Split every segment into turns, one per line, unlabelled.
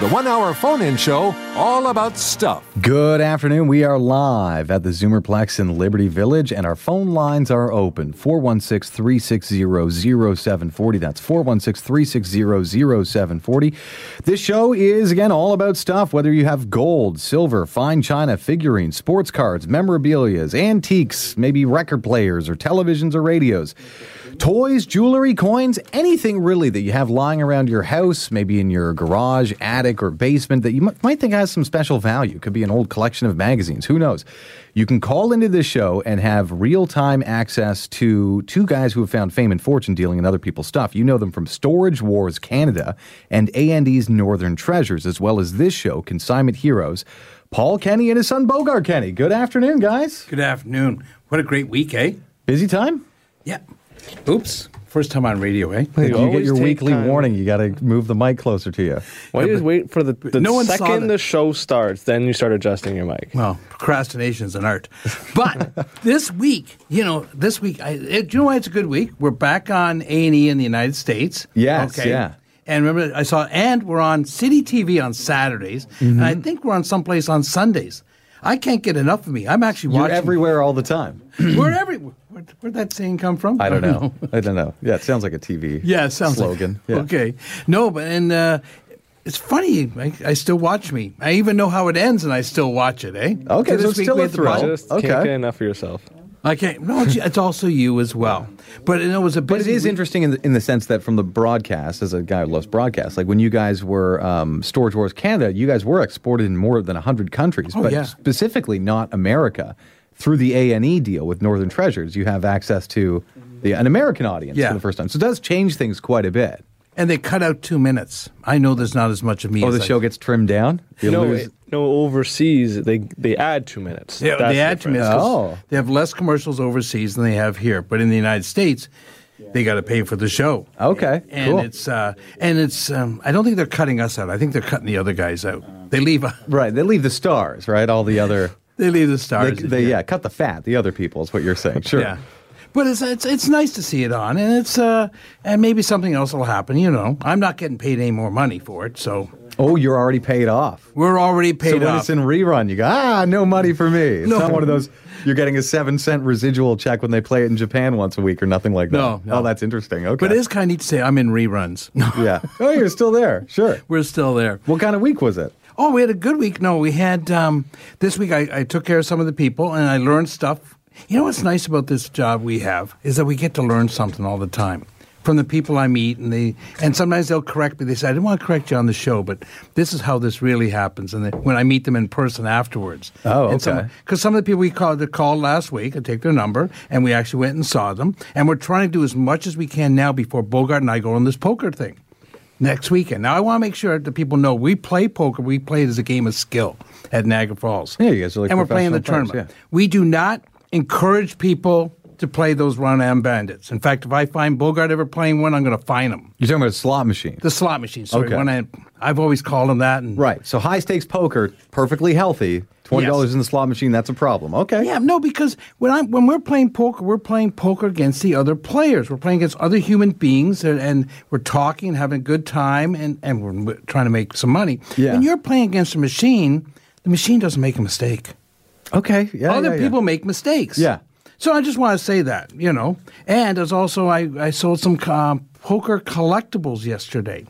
the one hour phone in show all about stuff.
Good afternoon. We are live at the Zoomerplex in Liberty Village, and our phone lines are open 416 360 0740. That's 416 360 0740. This show is, again, all about stuff whether you have gold, silver, fine china, figurines, sports cards, memorabilias, antiques, maybe record players or televisions or radios, toys, jewelry, coins, anything really that you have lying around your house, maybe in your garage, attic, or basement that you m- might think has some special value. Could be an old collection of magazines. Who knows? You can call into this show and have real time access to two guys who have found fame and fortune dealing in other people's stuff. You know them from Storage Wars Canada and A&E's Northern Treasures, as well as this show, Consignment Heroes. Paul Kenny and his son Bogart Kenny. Good afternoon, guys.
Good afternoon. What a great week, eh?
Busy time?
Yeah. Oops. First time on radio, eh?
If you get
always
your
take
weekly
time.
warning. You got to move the mic closer to you.
Why do you just wait for the, the
no one saw
second
that.
the show starts, then you start adjusting your mic?
Well, procrastination's an art. But this week, you know, this week, I, it, do you know why it's a good week? We're back on A and E in the United States.
Yes, yeah.
And remember, I saw, and we're on City TV on Saturdays, and
Mm-hmm.
I think we're on someplace on Sundays. I can't get enough of me. I'm actually
You're
watching.
everywhere all the time.
We're everywhere. Where, where'd that saying come from?
I don't know. I don't know. Yeah, it sounds like a TV
Yeah, it sounds like-
slogan. Yeah.
Okay, no, but and uh, it's funny. I, I still watch me. I even know how it ends, and I still watch it. Eh?
Okay, so
this
it's
week
still
we
a
had the
thrill.
budget.
Just
okay.
can't get enough of yourself.
I can't. No, it's, it's also you as well. But you know, it was a
But it
busy
is
week.
interesting in the, in the sense that from the broadcast, as a guy who loves broadcast, like when you guys were um, Storage Wars Canada, you guys were exported in more than 100 countries,
Oh,
but
yeah.
specifically not America. Through the A&E deal with Northern Treasures, you have access to the, an American audience
Yeah.
for the first time. So it does change things quite a bit.
And they cut out two minutes. I know there's not as much of me.
Oh,
as
the
I-
show gets trimmed down? You
no,
lose-
it- no, overseas, they, they add two minutes.
They,
That's
they
the
add two minutes.
difference.
Oh.
'cause They have less commercials overseas than they have here. But in the United States, they got to pay for the show.
Okay,
And
cool.
it's uh, and it's. Um, I don't think they're cutting us out. I think they're cutting the other guys out. They leave.
right, they leave the stars, right? All the other...
They leave the
They,
stars. in
they,
here.
yeah, cut the fat, the other people is what you're saying. Sure.
Yeah. But it's, it's it's nice to see it on, and it's uh, and maybe something else will happen. You know, I'm not getting paid any more money for it, so
Oh, you're already paid off.
we're already paid
So when
off.
it's in rerun, you go, ah, no money for me. It's
No.
not one of those, you're getting a seven cent residual check when they play it in Japan once a week or nothing like that.
No, no.
Oh, that's interesting. Okay.
but it is kind of neat to say I'm in reruns.
Yeah. Oh, you're still there. Sure.
we're still there.
What kind of week was it?
Oh, we had a good week. No, we had um, this week. I, I took care of some of the people, and I learned stuff. You know what's nice about this job we have is that we get to learn something all the time from the people I meet, and they and sometimes they'll correct me. They say, "I didn't want to correct you on the show, but this is how this really happens." And then when I meet them in person afterwards,
Oh,
And some-
okay.
because some of the people we called that called last week, I take their number, and we actually went and saw them, and we're trying to do as much as we can now before Bogart and I go on this poker thing next weekend. Now I want to make sure that people know we play poker. We play it as a game of skill at Niagara Falls.
Yeah, you guys are like
and we're playing the
professional players,
tournament. We do not encourage people to play those run-am bandits. In fact, if I find Bogart ever playing one, I'm going to fine him.
You're talking about a slot machine.
The slot machine. Sorry,
Okay.
when I, I've always called him that. And
Right. So high stakes poker, perfectly healthy. $20
Yes.
in the slot machine, that's a problem. Oh, Okay.
Yeah, no, because when I'm when we're playing poker, we're playing poker against the other players. We're playing against other human beings, and, and we're talking, and having a good time, and and we're m- trying to make some money.
Yeah.
When you're playing against a machine, the machine doesn't make a mistake.
Okay. Yeah.
other
yeah, yeah.
people make mistakes.
Yeah.
So I just want to say that you know, and as also I I sold some um, poker collectibles yesterday.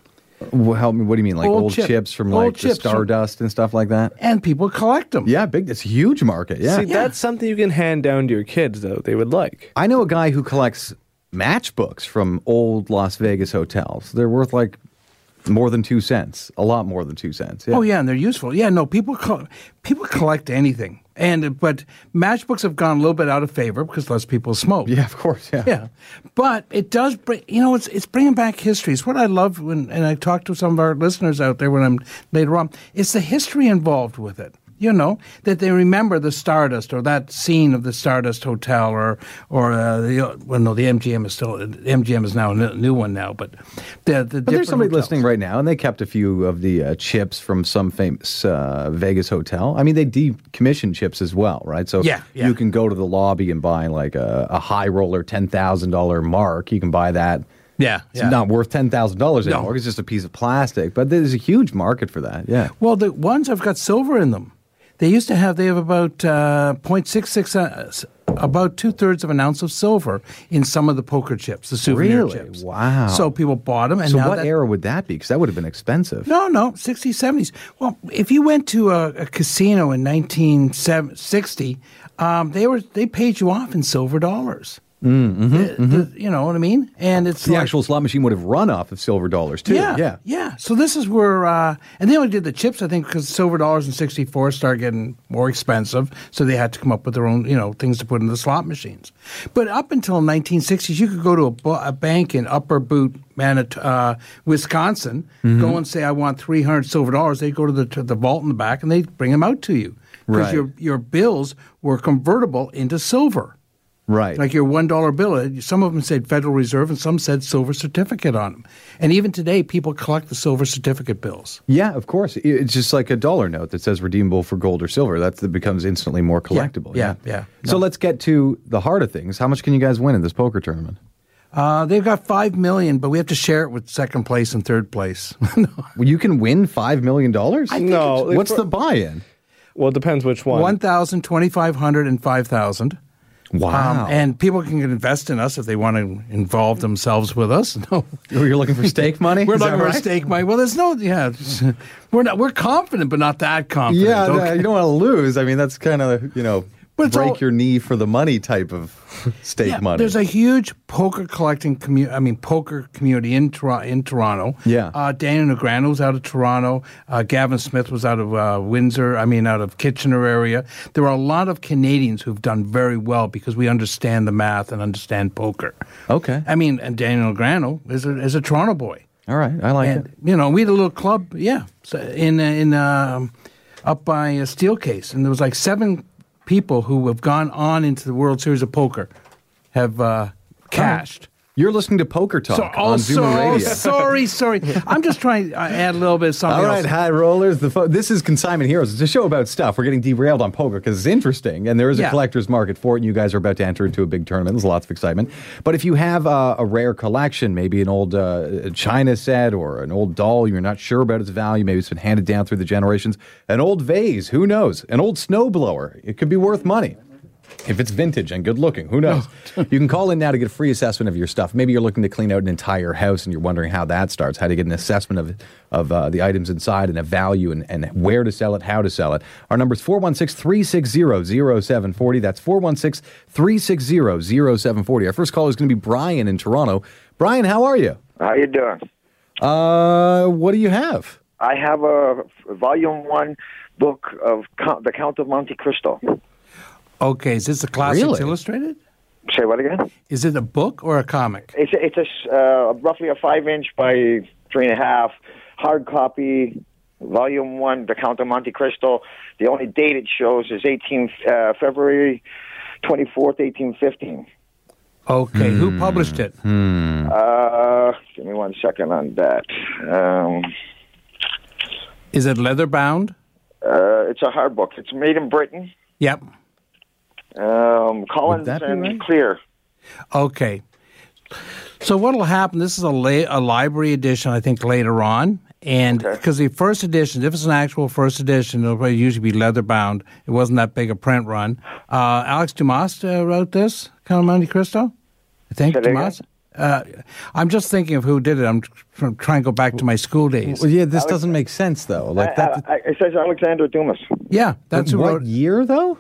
Well, help me. What do you mean, like old,
Old chip-
chips from
old
like the
chips from-
Stardust and stuff like that?
and people collect them.
Yeah, big. It's a huge market. Oh, Yeah,
See, that's something you can hand down to your kids, though. They would like.
I know a guy who collects matchbooks from old Las Vegas hotels. They're worth like more than two cents. A lot more than two cents. Yeah.
Oh yeah, and they're useful. Yeah, no, people col- people collect anything, and uh, but matchbooks have gone a little bit out of favor because less people smoke.
Yeah, of course. Yeah.
Yeah, but it does bring you know it's it's bringing back history. It's what I love when and I talk to some of our listeners out there when I'm later on. It's the history involved with it. You know that they remember the Stardust or that scene of the Stardust Hotel or or uh, the well no the MGM is still MGM is now a n- new one now but the, the
But there's somebody
hotels.
listening right now, and they kept a few of the uh, chips from some famous uh, Vegas hotel. I mean, they decommissioned chips as well, right? So
Yeah, yeah.
you can go to the lobby and buy like a, a high roller ten thousand dollar mark. You can buy that.
Yeah,
It's
yeah.
not worth ten thousand dollars anymore. It's just a piece of plastic. But there's a huge market for that. Yeah.
Well, the ones have got silver in them. They used to have. They have about uh, 0.66, uh, s- about two thirds of an ounce of silver in some of the poker chips, the souvenir
Really?
chips.
Wow.
So people bought them, and
So
now
what
that-
era would that be? Because that would have been expensive.
No, no, 60s, 70s. Well, if you went to a, a casino in 1960, um, they were they paid you off in silver dollars. Mm-hmm, you know what I mean? And it's
The
like-
actual slot machine would have run off of silver dollars too.
yeah, yeah, So this is where, uh, and they only did the chips, I think, because silver dollars in '64 started getting more expensive, so they had to come up with their own, you know, things to put in the slot machines. But up until 1960s, you could go to a, bu- a bank in Upper Boot, Manit- uh, Wisconsin,
Mm-hmm.
go and say, "I want 300 silver dollars." They go to the to the vault in the back, and they bring them out to you because
Right.
your your bills were convertible into silver.
Right.
Like your one dollar bill, uh, some of them said Federal Reserve, and some said silver certificate on them. And even today, people collect the silver certificate bills.
Yeah, of course. It- It's just like a dollar note that says redeemable for gold or silver. That's that becomes instantly more collectible.
yeah, yeah.
So let's get to the heart of things. How much can you guys win in this poker tournament?
Uh, they've got five million, but we have to share it with second place and third place. No.
Well, you can win five million dollars.
No, it's-
What's the buy-in?
Well, it depends which one.
One thousand, twenty-five hundred, and five thousand. Um,
Wow.
and people can invest in us if they want to involve themselves with us. No,
Oh, you're looking for stake money.
we're
Is
not
that
going
right?
to stake money. Well, there's no, yeah, we're not. We're confident, but not that confident.
Yeah, no,
okay?
you don't want to lose. I mean, that's kind of you know
But it's
break
all-
your knee for the money type of stake
Yeah,
money.
There's a huge poker collecting community. I mean, poker community in Tor- in Toronto.
Yeah.
Uh, Daniel Negreanu was out of Toronto. Uh, Gavin Smith was out of uh, Windsor. I mean, out of Kitchener area. There are a lot of Canadians who've done very well because we understand the math and understand poker.
okay.
I mean, and Daniel Negreanu is a, is a Toronto boy,
All right. I like
and
it.
you know, we had a little club. Yeah, so in uh, in um up by a steel case, and there was like seven people who have gone on into the World Series of Poker have uh, cashed.
You're listening to Poker Talk on Zoomer
sorry,
Radio.
oh, sorry, sorry. I'm just trying to uh, add a little bit of something
All right,
else.
high rollers. The fo- this is Consignment Heroes. It's a show about stuff. We're getting derailed on poker because it's interesting, and there is a
Yeah.
collector's market for it. And you guys are about to enter into a big tournament. There's lots of excitement. But if you have uh, a rare collection, maybe an old uh, China set or an old doll, you're not sure about its value. Maybe it's been handed down through the generations. An old vase, who knows? An old snowblower. It could be worth money. If it's vintage and good looking, who knows? you can call in now to get a free assessment of your stuff. Maybe you're looking to clean out an entire house and you're wondering how that starts, how to get an assessment of, of uh, the items inside and a value and, and where to sell it, how to sell it. Our number is 416 360 0740. That's 416 360 0740. Our first caller is going to be Brian in Toronto. Brian, how are you?
How you doing?
Uh, what do you have?
I have a volume one book of Count, The Count of Monte Cristo.
Okay, is this the Classics
Really?
Illustrated?
Say what again?
Is it a book or a comic?
It's a, it's a s- uh, roughly a five inch by three and a half hard copy. Volume one, The Count of Monte Cristo. The only date it shows is 18 uh, February 24th, 1815.
Okay, who published it?
Uh, give me one second on that. Um,
Is it leather bound?
uh, it's a hard book. It's made in Britain.
Yep.
Um, Collins
that be
and
right?
Clear.
Okay. So what'll happen? This is a la- a library edition, I think, later on, and because the first edition, if it's an actual first edition, it'll probably usually be leather bound. It wasn't that big a print run. Uh, Alex Dumas uh, wrote this, Count of Monte Cristo, I think.
Say that again?
Dumas, Uh, I'm just thinking of who did it. I'm tr- tr- trying to go back to my school days.
Well, yeah, this doesn't make sense though.
uh,
Like that.
I, I, it says Alexander Dumas.
Yeah, that's who
what
wrote
year though?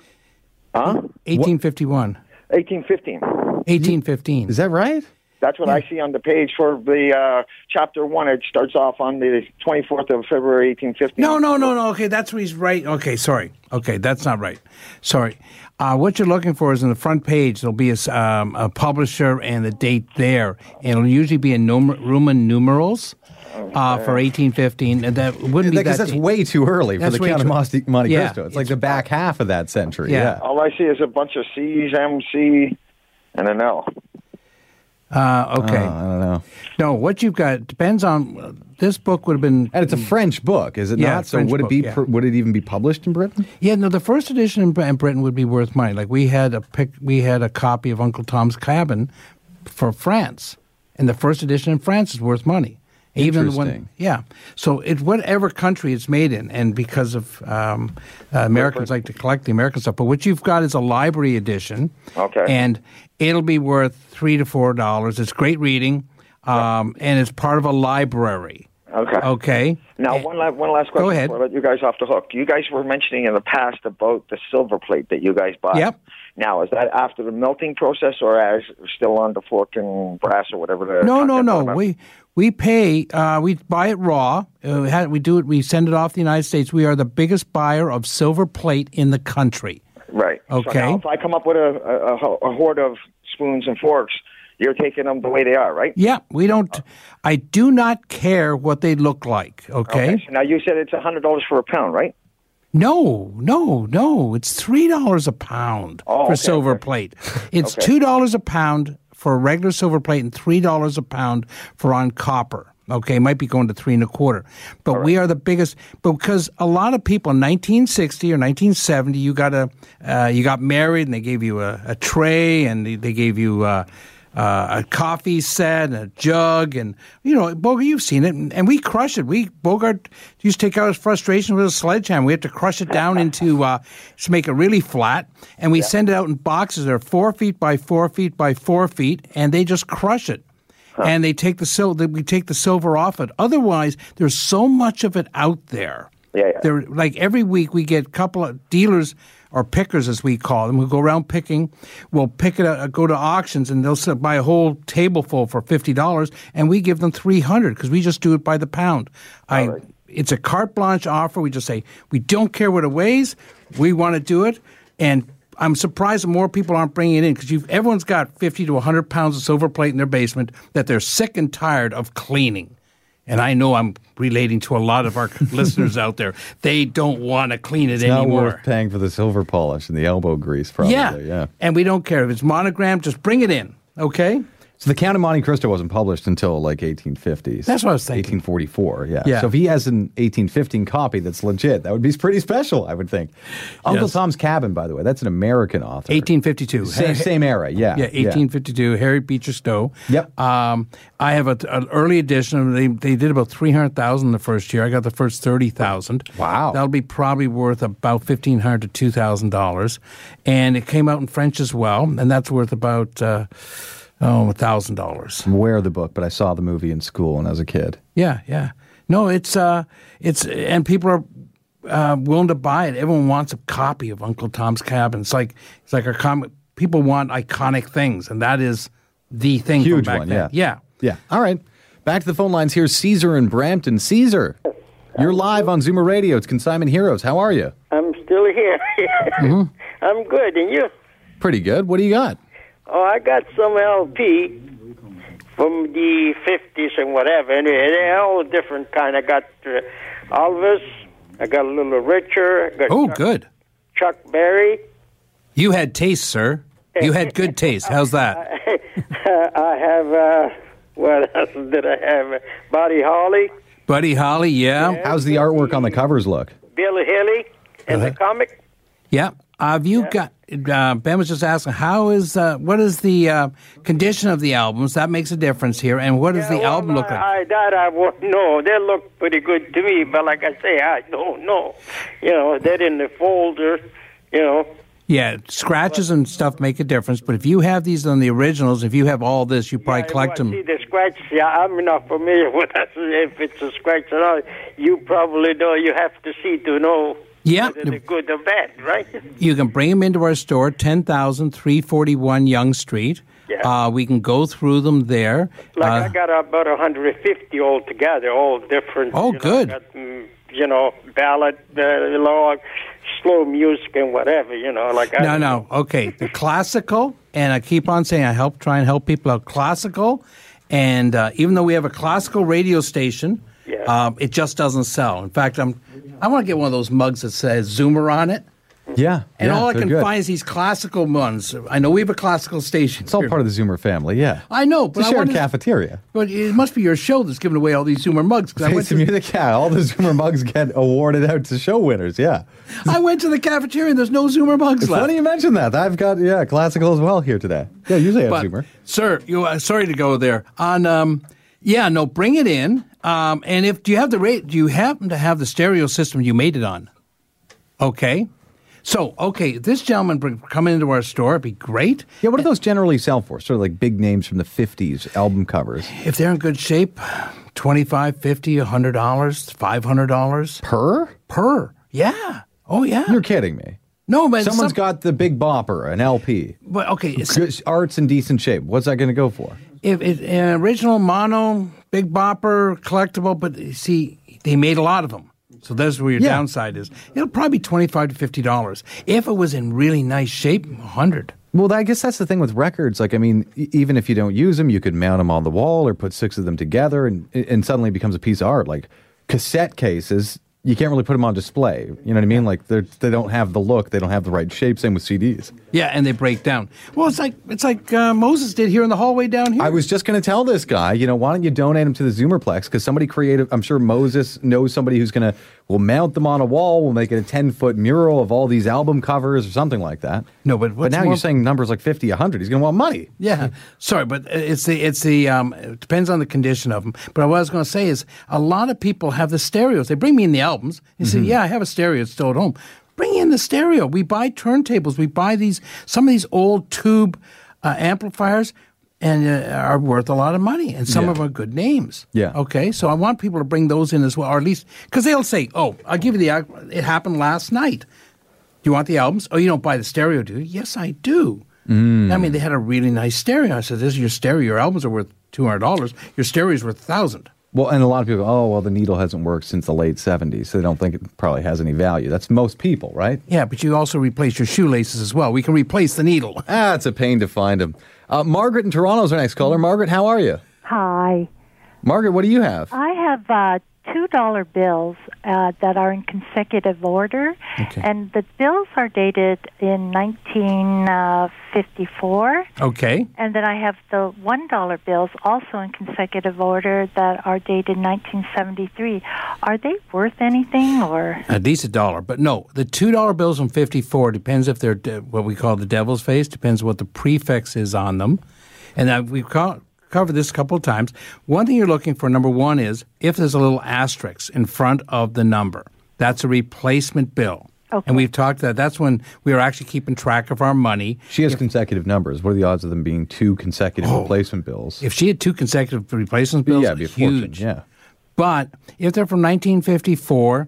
Huh?
1851,
1815.
1815.
Is that right?
That's what
Hmm.
I see on the page for the uh, chapter one. It starts off on the 24th of February, 1815.
No, no, no, no. Okay, that's what he's right. Okay, sorry. Okay, that's not right. Sorry. Uh, what you're looking for is in the front page. There'll be a, s- um, a publisher and the date there, and it'll usually be in numer- Roman numerals uh, for 1815. And that wouldn't be
Because
that.
that's way too early for
That's
the
way
Count of
too-
Monte, Monte
Yeah,
Cristo. It's like the
it's-
back half of that century.
Yeah.
Yeah.
All I see is a bunch of C's, MC, and an L.
uh, okay.
Oh, I don't know.
no, what you've got depends on. uh, This book would have been.
And it's a French book, is it
Yeah,
not? So
French
would it
book,
be?
yeah.
pr- Would it even be published in Britain?
Yeah, no, the first edition in Br- in Britain would be worth money. Like we had a pic, we had a copy of Uncle Tom's Cabin for France, and the first edition in France is worth money. Even the
Interesting.
one, yeah. So it whatever country it's made in, and because of um, uh, Americans like to collect the American stuff, but what you've got is a library edition.
Okay.
And it'll be worth three to four dollars. It's great reading, um, and it's part of a library.
Okay.
Okay.
Now, one, la- one last question
ahead.
before I let you guys off the hook. You guys were mentioning in the past about the silver plate that you guys buy.
Yep.
Now, is that after the melting process or as still on the fork and brass or whatever? The
No, no,
content
no.
of it?
We we pay. Uh, we buy it raw. Uh, we ha- we do it. We send it off to the United States. We are the biggest buyer of silver plate in the country.
Right. So
Okay.
now if I come up with a, a, a ho- a hoard of spoons and forks, you're taking them the way they are, right?
Yeah, we
Oh.
don't. I do not care what they look like. Okay.
So now you said it's a hundred dollars for a pound, right?
No, no, no. It's three dollars a pound
Oh,
for
okay,
silver
okay.
plate. It's
Okay.
two dollars a pound for a regular silver plate and three dollars a pound for on copper. Okay, it might be going to three and a quarter, but we are the biggest because a lot of people in 1960 or 1970, you got a uh, you got married and they gave you a, a tray and they, they gave you. Uh, uh, a coffee set and a jug and you know Bogart you've seen it and, and we crush it we Bogart used to take out his frustration with a sledgehammer we had to crush it down into uh, to make it really flat and we send it out in boxes they're four feet by four feet by four feet and they just crush it and they take the silver we take the silver off it otherwise there's so much of it out there
Yeah, yeah.
there like every week we get a couple of dealers or pickers as we call them who go around picking will pick it up go to auctions and they'll sell- buy a whole table full for $50 and we give them 300 because we just do it by the pound I, it's a carte blanche offer we just say we don't care what it weighs we want to do it and i'm surprised that more people aren't bringing it in because you've everyone's got 50 to 100 pounds of silver plate in their basement that they're sick and tired of cleaning and I know I'm relating to a lot of our listeners out there. They don't want to clean it
Not
anymore.
worth paying for the silver polish and the elbow grease, probably.
yeah. And we don't care if it's monogrammed, just bring it in, okay?
So the Count of Monte Cristo wasn't published until like 1850s.
That's what I was thinking.
1844. Yeah.
Yeah.
So if he has an 1815 copy that's legit, that would be pretty special, I would think. Uncle
Yes.
Tom's Cabin, by the way, that's an American author.
1852.
Same, same era. Yeah.
Yeah, 1852, Harry Beecher Stowe.
Yep.
Um, I have a, an early edition. They, they did about 300,000 the first year. I got the first 30,000.
Wow.
That'll be probably worth about 1500 to $2,000. And it came out in French as well, and that's worth about, uh, oh, $1,000.
I'm aware of the book, but I saw the movie in school when I was a kid.
Yeah, yeah. No, it's uh, it's and people are uh, willing to buy it. Everyone wants a copy of Uncle Tom's Cabin. It's like it's like a comic. People want iconic things, and that is the thing. from
Huge
back
one.
then.
Yeah.
yeah.
Yeah. All right. Back to the phone lines. Here's Caesar in Brampton. Caesar, you're live on Zoomer Radio. It's Consignment Heroes. How are you?
I'm still here. I'm good, and you?
Mm-hmm. Pretty good. What do you got?
Oh, I got some LP from the '50s and whatever. Anyway, they're all different kind. I got uh, Elvis. I got a little Richard. I got
Oh,
Chuck,
good.
Chuck Berry.
You had taste, sir. You had good taste. How's that?
I have. Uh, what else did I have? Buddy Holly,
Buddy Holly, yeah.
How's the artwork on the covers look?
Bill Haley, and the comic.
Yeah. Have you got uh, Ben was just asking how is uh, what is the uh, condition of the albums? That makes a difference here. And what does
Yeah,
the
well, uh,
album look like?
I, I, that I won't know. They look pretty good to me, but like I say, I don't know. You know, they're in the folder. You know.
Yeah, scratches and stuff make a difference, but if you have these on the originals, if you have all this, you probably
Yeah,
collect
well,
them.
See the scratch. Yeah, I'm not familiar with that. If it's a scratch at all, you probably know. You have to see to know
Yeah.
whether they're good or bad, right?
You can bring them into our store, 10,341 Young Street.
Yeah.
Uh, we can go through them there.
Like I
Uh,
got about 150 altogether, all different.
Oh,
you know,
good.
got, mm, you know, ballad, uh, log, slow music, and whatever. You know, like I
no, no. Okay. The classical, and I keep on saying I help try and help people out. Classical, and uh, even though we have a classical radio station,
Yeah.
um, it just doesn't sell. In fact, I'm, I want to get one of those mugs that says Zoomer on it.
Yeah.
And
yeah,
all I
they're
can
good.
find is these classical ones. I know we have a classical station.
It's all part of the Zoomer family, yeah.
I know, but
It's a
I
shared
wanted-
cafeteria.
But it must be your show that's giving away all these Zoomer mugs. 'cause I went
Taste of
to-
music, yeah. All the Zoomer mugs get awarded out to show winners, yeah.
I went to the cafeteria and there's no Zoomer mugs
It's
left.
funny you mentioned that. I've got, yeah, classical as well here today. Yeah, usually I have
But,
Zoomer.
sir, you uh, sorry to go there. On um, yeah, no, bring it in. Um, and if do you have the rate? Do you happen to have the stereo system you made it on? Okay. So okay, if this gentleman bring, coming into our store. It'd be great
Yeah, what do those generally sell for? Sort of like big names from the 50s, album covers.
if they're in good shape. 25 50 $100, $500
Per?
per. Yeah. Oh, yeah.
You're kidding me.
no, man.
Someone's
some-
got the Big Bopper, an LP.
But okay, it's-
Good, art's in decent shape. What's that going to go for?
if it, an original mono, big bopper, collectible, but see, they made a lot of them. So that's where your
Yeah.
downside is. It'll probably be twenty-five to fifty dollars. If it was in really nice shape, a hundred.
Well, I guess that's the thing with records. Like, I mean, e- even if you don't use them, you could mount them on the wall or put six of them together, and and suddenly it becomes a piece of art. Like cassette cases, you can't really put them on display. You know what I mean? Like they're they don't have the look, they don't have the right shape. Same with CDs.
Yeah, and they break down. Well, it's like it's like uh, Moses did here in the hallway down here.
I was just going to tell this guy, you know, why don't you donate them to the Zoomerplex? Because somebody creative, I'm sure Moses knows somebody who's going to will mount them on a wall, will make it a ten foot mural of all these album covers or something like that.
No, but
but
what's
now
more-
you're saying numbers like 50, 100. He's going to want money.
Yeah, sorry, but it's the it's the um, it depends on the condition of them. But what I was going to say is, a lot of people have the stereos. They bring me in the albums and
Mm-hmm.
say, "Yeah, I have a stereo. It's still at home." Bring in the stereo. We buy turntables. We buy these some of these old tube uh, amplifiers and uh, are worth a lot of money. And some
Yeah.
of them are good names.
Yeah.
Okay. So I want people to bring those in as well, or at least because they'll say, "Oh, I'll give you the. al- It happened last night." Do you want the albums? Oh, you don't buy the stereo, do you? Yes, I do.
Hmm. Mm.
I mean, they had a really nice stereo. I said, "This is your stereo. Your albums are worth two hundred dollars. Your stereo's worth a thousand.
Well, and a lot of people, oh, well, the needle hasn't worked since the late 70s, so they don't think it probably has any value. That's most people, right?
Yeah, but you also replace your shoelaces as well. We can replace the needle.
Ah, it's a pain to find them. Uh, Margaret in Toronto's our next caller. Margaret, how are you?
Hi.
Margaret, what do you have?
I have uh, $2 bills uh, that are in consecutive order. And the bills are dated in 1954.
Okay.
And then I have the $1 bills also in consecutive order that are dated 1973. Are they worth anything or?
A decent dollar, but no, the two dollar bills on fifty four depends if they're de- what we call the devil's face. Depends what the prefix is on them, and uh, we've co- covered this a couple of times. One thing you're looking for, number one, is if there's a little asterisk in front of the number. That's a replacement bill,
Okay.
and we've talked that. That's when we are actually keeping track of our money.
She has consecutive numbers. What are the odds of them being two consecutive replacement bills?
Oh. If she had two consecutive replacement bills,
yeah, it'd be a
huge.
fortune. Yeah.
But if they're from 1954,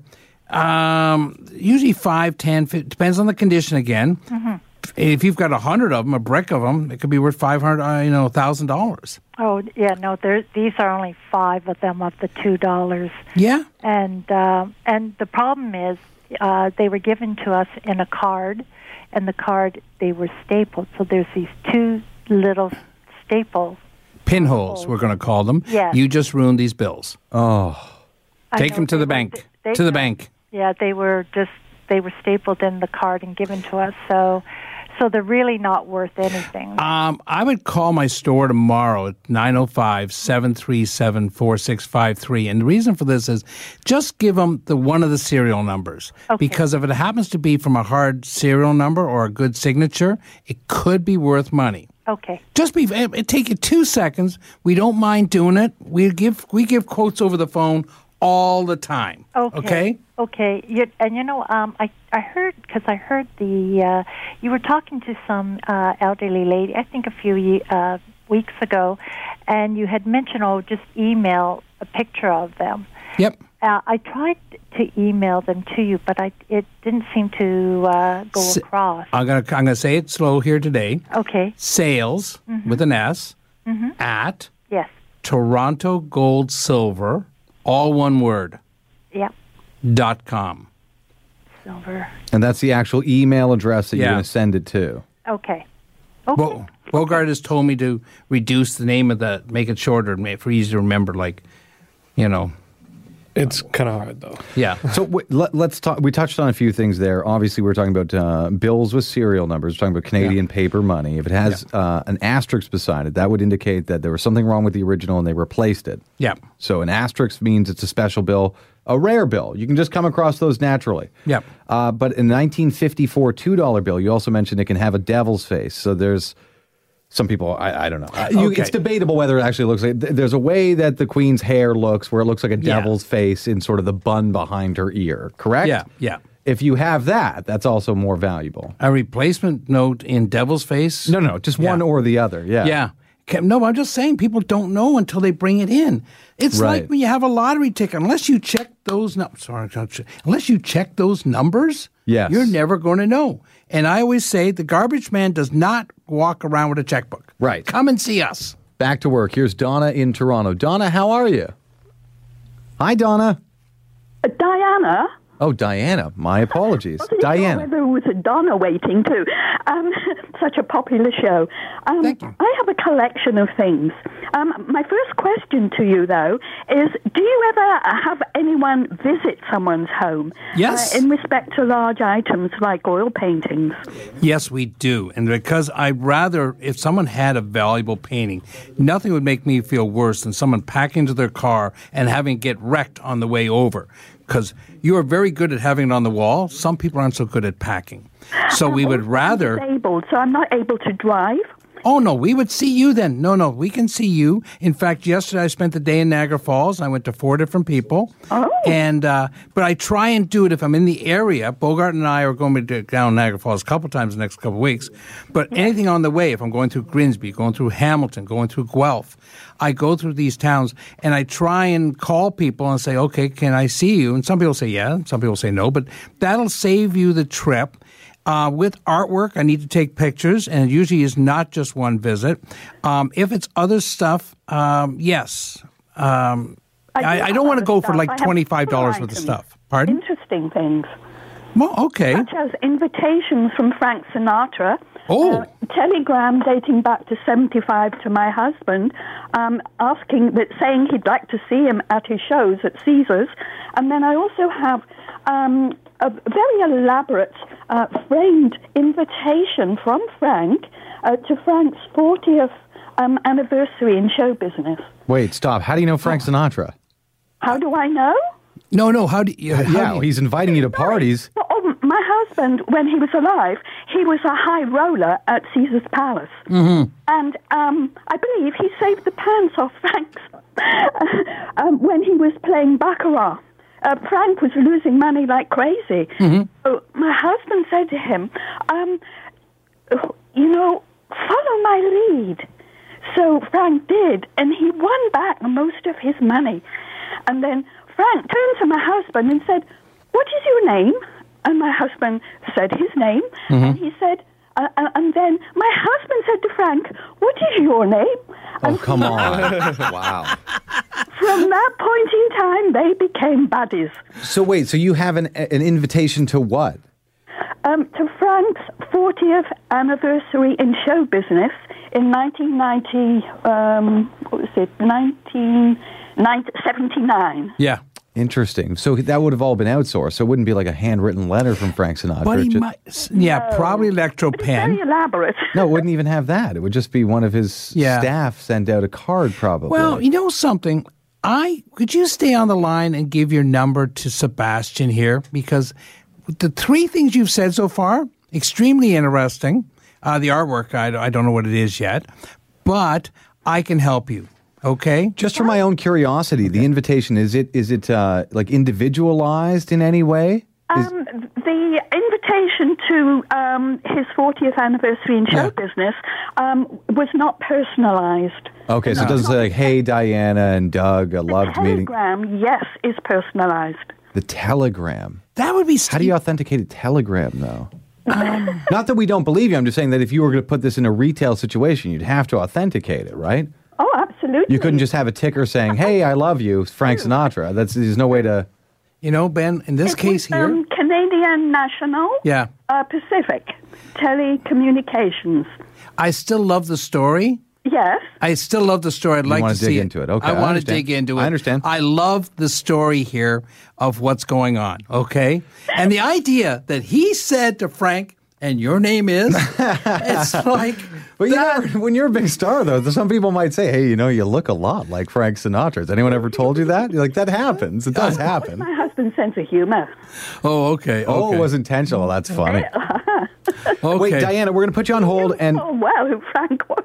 um, usually 5, 10, 15, depends on the condition again.
Mm-hmm.
If you've got a 100 of them, a brick of them, it could be worth 500, uh, you know, $1,000.
Oh, yeah, no, there, these are only five of them of the $2.
Yeah.
and uh, and the problem is uh, they were given to us in a card, and the card they were stapled. So there's these two little staples.
Pinholes, we're going to call them.
Oh. Yes.
You just ruined these bills.
I
Take
know
them to
they
the
were-
bank.
they-
to the bank.
Yeah, they were just they were stapled in the card and given to us. So so they're really not worth anything.
Um, I would call my store tomorrow at 905 737 4653. And the reason for this is just give them the one of the serial numbers.
Okay.
Because if it happens to be from a hard serial number or a good signature, it could be worth money.
okay.
Just be it, it take you two seconds. We don't mind doing it. We give we give quotes over the phone all the time.
Okay.
Okay?
Okay. You, and you know, um, I I heard because I heard the uh, you were talking to some uh, elderly lady. I think a few ye- uh, weeks ago, and you had mentioned, oh, just email a picture of them.
Yep.
Uh, I tried to email them to you, but I it didn't seem to uh, go
S-
across.
I'm gonna I'm gonna say it slow here today.
Okay. Mm-hmm.
Sales with an S at
Yes.
Toronto Gold Silver, all one word
Yep.
dot com.
Silver.
And that's the actual email address that you're
Yeah.
going to send it to.
Okay. Okay.
Bo- Bogart has told me to reduce the name of the, make it shorter, and make for easy to remember. Like, you know,
It's kind of hard though.
yeah.
So w- let, us talk. We touched on a few things there. Obviously, we are talking about uh, bills with serial numbers. We're talking about Canadian paper money. If it has uh, an asterisk beside it, that would indicate that there was something wrong with the original and they replaced it.
Yeah.
So an asterisk means it's a special bill, a rare bill. You can just come across those naturally.
Yep.
Uh, but in 1954 two dollar bill, you also mentioned it can have a devil's face. So there's some people I, I don't know. Uh, you-
Okay.
It's debatable whether it actually looks like. th- There's a way that the queen's hair looks, where it looks like a
Yeah.
devil's face in sort of the bun behind her ear. Correct.
Yeah, yeah.
If you have that, that's also more valuable.
A replacement note in Devil's Face.
No, no, just
Yeah.
one or the other. Yeah.
Yeah. Ca- No, I'm just saying people don't know until they bring it in. It's
Right.
like when you have a lottery ticket. Unless you check those numbers, sorry, not che- unless you check those numbers,
Yes.
you're never going to know. And I always say the garbage man does not walk around with a checkbook.
Right.
Come and see us.
Back to work. Here's Donna in Toronto. Donna, how are you? Hi, Donna.
Uh, Diana.
Oh, Diana. My apologies,
I didn't know
Diana.
Whether it was a Oh, Donna waiting too. Um, such a popular show. Um,
Thank you.
I have a collection of things. Um, my first question to you, though, is do you ever have anyone visit someone's home?
Yes.
Uh, in respect to large items like oil paintings.
Yes, we do. And because I'd rather, if someone had a valuable painting, nothing would make me feel worse than someone packing into their car and having it get wrecked on the way over. Because you are very good at having it on the wall. Some people aren't so good at packing. So we would rather.
Disabled, so I'm not able to drive.
Oh, no, we would see you then. No, no, we can see you. In fact, yesterday I spent the day in Niagara Falls. I went to four different people.
Oh.
And, uh, but I try and do it if I'm in the area. Bogart and I are going to do- down Niagara Falls a couple times the next couple weeks. But anything on the way, if I'm going through Grimsby, going through Hamilton, going through Guelph, I go through these towns and I try and call people and say, okay, can I see you? And some people say yeah, some people say no, but that'll save you the trip. Uh, with artwork, I need to take pictures, and it usually is not just one visit. Um, if it's other stuff, um, yes. Um, I, I don't want to go for like twenty five dollars worth of stuff. Pardon?
Interesting things.
Well, okay.
Such as invitations from Frank Sinatra.
Oh.
uh, telegram dating back to 75 to my husband, um, asking that saying he'd like to see him at his shows at Caesars. And then I also have um, a very elaborate uh, framed invitation from Frank uh, to Frank's 40th um, anniversary in show business.
Wait, stop. How do you know Frank Sinatra?
How do I know?
No, no. How do you? How
Yeah,
do you-
he's inviting you to parties.
Well, oh, my husband, when he was alive, he was a high roller at Caesar's Palace,
Mm-hmm.
Oh,
and um, I believe he saved the pants off Frank um, when he was playing baccarat. Uh, Frank was losing money like crazy. So my husband said to him, um, "You know, follow my lead." So Frank did, and he won back most of his money. And then Frank turned to my husband and said, What is your name? And my husband said his name. And he said, uh, uh, and then my husband said to Frank, What is your name?
Oh,
And
come on. wow.
from that point in time, they became buddies.
So wait, so you have an an invitation to what?
Um, to Frank's 40th anniversary in show business in 1990, um, what was it, 1979.
yeah.
Interesting. So that would have all been outsourced. So it wouldn't be like a handwritten letter from Frank Sinatra.
But
It
he
ju-
might. Yeah, probably electro
But it's very
pen.
elaborate.
no, it wouldn't even have that. It would just be one of his
Yeah.
staff send out a card, probably.
Well, you know something. I could you stay on the line and give your number to Sebastian here because the three things you've said so far extremely interesting. Uh, the artwork, I, I don't know what it is yet, but I can help you. Okay.
Just for my own curiosity, the invitation is it is it uh, like individualized in any way? Is-
Um, the invitation to um, his 40th anniversary in show business um, was not personalized.
okay, so it doesn't say like, "Hey, Diana and Doug, I loved meeting."
Telegram, yes, is personalized.
The telegram.
That would be.
How do you authenticate a telegram, though? Not that we don't believe you. I'm just saying that if you were going to put this in a retail situation, you'd have to authenticate it, right?
Oh, absolutely.
You couldn't just have a ticker saying, "Hey, I love you, Frank Sinatra." That's there's no way to.
You know, Ben. In this
It
case
was,
here.
um, Canadian National,
Yeah.
uh, Pacific Telecommunications.
I still love the story.
Yes,
I still love the story. I'd like
wanna
to
dig
see
into it. Okay,
I
I
want to
understand.
dig into it.
I understand.
I love the story here of what's going on. Okay, and the idea that he said to Frank, "And your name is," it's like
But you
that-
never, when you're a big star, though, some people might say, "Hey, you know, you look a lot like Frank Sinatra." Has anyone ever told you that? You're like, that happens. It does happen.
my husband's sense of humor.
Oh, okay.
Oh,
okay.
it was intentional. That's funny.
okay.
Wait, Diana, we're going to put you on hold, and
Oh, wow, who Frank was.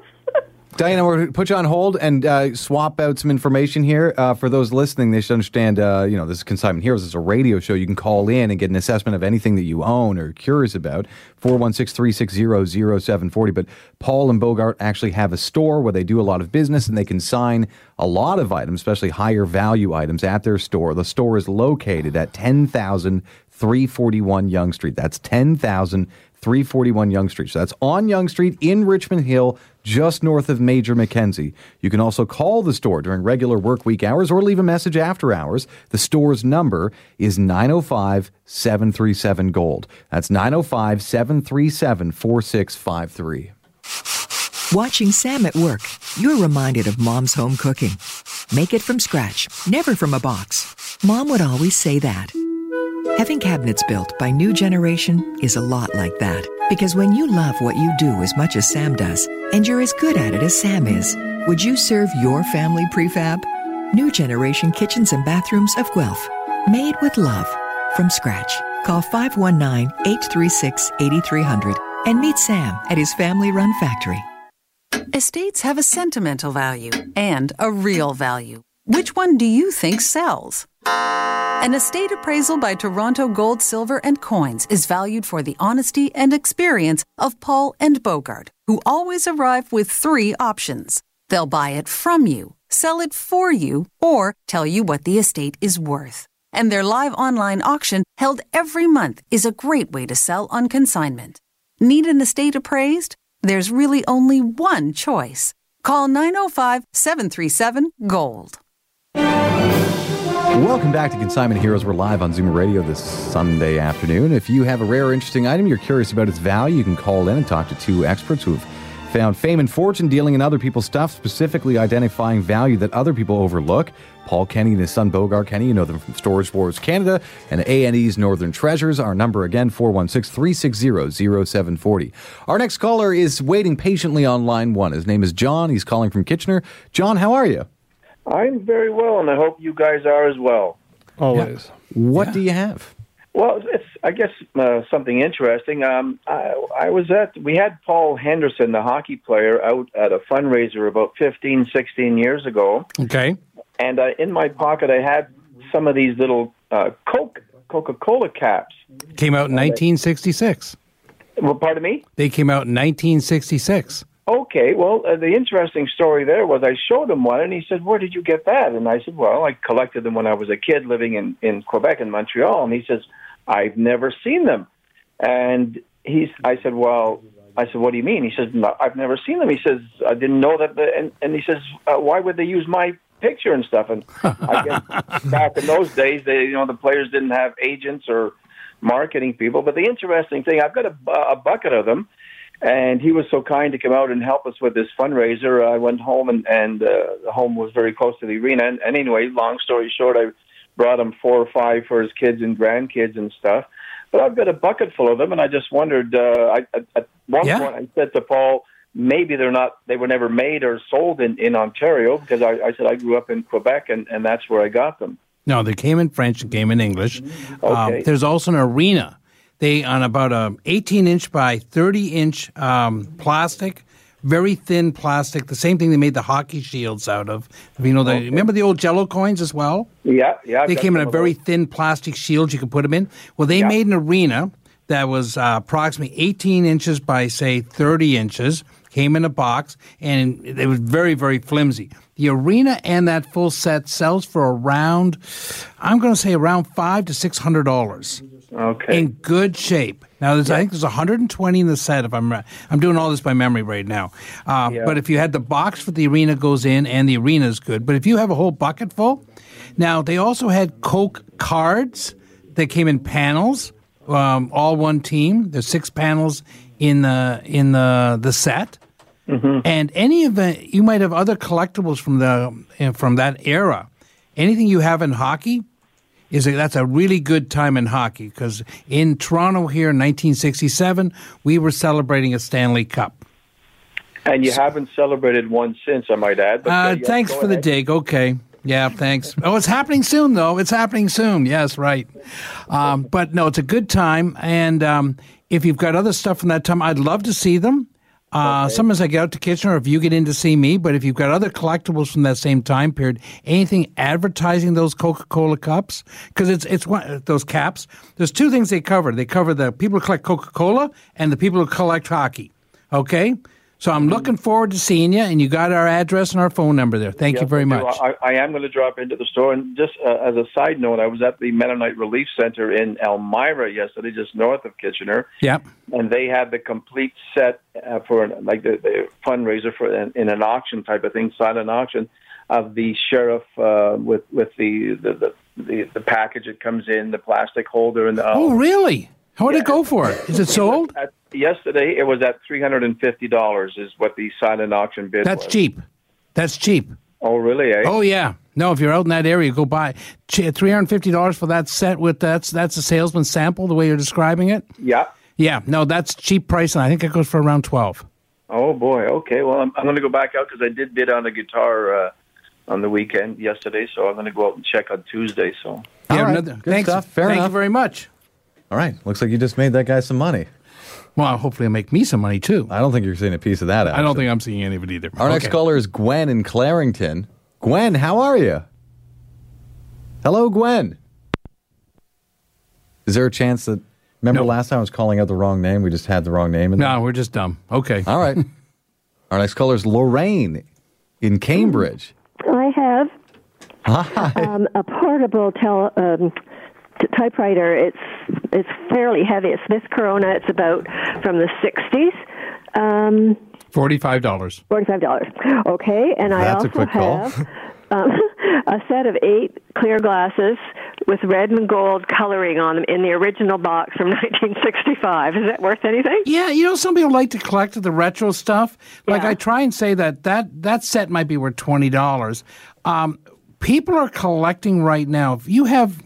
Diana, we're going to put you on hold and uh, swap out some information here uh, for those listening. They should understand. Uh, you know, this is Consignment Heroes. It's a radio show. You can call in and get an assessment of anything that you own or are curious about. 416-360-0740. But Paul and Bogart actually have a store where they do a lot of business and they consign a lot of items, especially higher value items, at their store. The store is located at ten thousand three forty one Young Street. That's 10,000 341 Young Street. So that's on Young Street in Richmond Hill, just north of Major McKenzie. You can also call the store during regular work week hours or leave a message after hours. The store's number is 905 737 Gold. That's 905 737 4653.
Watching Sam at work, you're reminded of mom's home cooking. Make it from scratch, never from a box. Mom would always say that. Having cabinets built by new generation is a lot like that. Because when you love what you do as much as Sam does, and you're as good at it as Sam is, would you serve your family prefab? New generation kitchens and bathrooms of Guelph. Made with love. From scratch. Call 519 836 8300 and meet Sam at his family run factory.
Estates have a sentimental value and a real value. Which one do you think sells? An estate appraisal by Toronto Gold, Silver, and Coins is valued for the honesty and experience of Paul and Bogart, who always arrive with three options. They'll buy it from you, sell it for you, or tell you what the estate is worth. And their live online auction, held every month, is a great way to sell on consignment. Need an estate appraised? There's really only one choice. Call 905 737 GOLD.
Welcome back to Consignment Heroes. We're live on Zoomer Radio this Sunday afternoon. If you have a rare, interesting item you're curious about its value, you can call in and talk to two experts who have found fame and fortune dealing in other people's stuff, specifically identifying value that other people overlook. Paul Kenny and his son Bogart Kenny, you know them from Storage Wars Canada and A&E's Northern Treasures. Our number again, 416-360-0740. Our next caller is waiting patiently on line one. His name is John. He's calling from Kitchener. John, how are you?
I'm very well, and I hope you guys are as well.
Always.
What do you have?
Well, it's I guess uh, something interesting. Um, I, I was at we had Paul Henderson, the hockey player, out at a fundraiser about 15, 16 years ago,
okay.
and uh, in my pocket I had some of these little uh, Coke Coca Cola caps.
Came out in 1966.
Well, pardon me.
They came out in 1966.
Okay, well, uh, the interesting story there was I showed him one, and he said, "Where did you get that?" And I said, "Well, I collected them when I was a kid living in in Quebec and Montreal." And he says, "I've never seen them." And he's, I said, "Well," I said, "What do you mean?" He says, no, "I've never seen them." He says, "I didn't know that." The, and and he says, uh, "Why would they use my picture and stuff?" And I guess back in those days, they you know the players didn't have agents or marketing people. But the interesting thing, I've got a, bu- a bucket of them and he was so kind to come out and help us with this fundraiser. I went home, and and uh, the home was very close to the arena. And, and anyway, long story short, I brought him four or five for his kids and grandkids and stuff. But I've got a bucket full of them, and I just wondered. Uh, I, at, at one
Yeah.
point, I said to Paul, maybe they're not. They were never made or sold in in Ontario because I, I said I grew up in Quebec, and and that's where I got them.
No, they came in French and came in English. Um,
Okay.
there's also an arena. They on about a 18 inch by 30 inch um, plastic very thin plastic, the same thing they made the hockey shields out of. You know, the, remember the old Jello coins as well?
Yeah, yeah. I've
they
got
came in
some
a
of those.
very thin plastic shield you could put them in. Well, they
Yeah.
made an arena that was uh, approximately 18 inches by, say, 30 inches, came in a box, and it was very, very flimsy. The arena and that full set sells for around, I'm going to say around five to six hundred dollars
Okay.
in good shape. Now, there's, I think there's 120 in the set. If I'm right. I'm doing all this by memory right now, uh, but if you had the box for the arena goes in, and the arena is good. But if you have a whole bucket full, now they also had Coke cards that came in panels, um, all one team. There's six panels in the in the the set. And any event, you might have other collectibles from the eh, from that era. Anything you have in hockey is a, that's a really good time in hockey because in Toronto here in 1967 we were celebrating a Stanley Cup.
And you haven't celebrated one since, I might add. But
Uh,
yeah,
thanks
go
for the
ahead.
dig. Okay. Yeah, thanks. Oh, it's happening soon, though. It's happening soon. Yes, right. Um, but no, it's a good time. And um, if you've got other stuff from that time, I'd love to see them. Uh, Sometimes I get out to Kitchener if you get in to see me. But if you've got other collectibles from that same time period, anything advertising those Coca Cola cups, because it's it's one, those caps. There's two things they cover. They cover the people who collect Coca Cola and the people who collect hockey. Okay. So I'm looking forward to seeing you, and you got our address and our phone number there. Thank you very much.
I, I am going to drop into the store. And just uh, as a side note, I was at the Mennonite Relief Center in Elmira yesterday, just north of Kitchener,
Yep.
and they had the complete set uh, for an, like the, the fundraiser for an, in an auction type of thing, silent auction of the sheriff uh, with with the the, the the the package that comes in, the plastic holder, and the.
Oh, really? How would it go for it? Is it sold?
At, yesterday, it was at three hundred and fifty dollars, is what the silent auction bid
That's
was.
cheap. That's cheap.
Oh, really? Eh?
Oh yeah. No, if you're out in that area, go buy three hundred fifty dollars for that set with that's that's a salesman sample. The way you're describing it.
yeah.
Yeah. No, that's cheap price, and I think it goes for around twelve.
Oh boy. Okay. Well, I'm, I'm going to go back out because I did bid on a guitar uh, on the weekend yesterday, so I'm going to go out and check on Tuesday. So.
All
Yeah,
right. Good
thanks.
stuff. Fair
Thank
enough.
you very much.
All right. Looks like you just made that guy some money.
Well, hopefully, it'll make me some money too.
I don't think you're seeing a piece of that. Actually.
I don't think I'm seeing any of it either.
Our next
Okay.
caller is Gwen in Clarington. Gwen, how are you? Hello, Gwen. Is there a chance that? Remember
No.
last time I was calling out the wrong name? We just had the wrong name. In there?
No, we're just dumb. Okay.
All right. Our next caller is Lorraine in Cambridge.
I have Um, a portable tel- um, t- typewriter. It's it's fairly heavy. It's Smith Corona. It's about from the '60s. Um,
Forty-five dollars.
Forty-five dollars. Okay, and I
That's a
also
quick call.
have um, a set of eight clear glasses with red and gold coloring on them in the original box from 1965. Is that worth anything?
Yeah, you know, some people like to collect the retro stuff. Like
Yeah.
I try and say that that that set might be worth twenty dollars. Um, people are collecting right now. If you have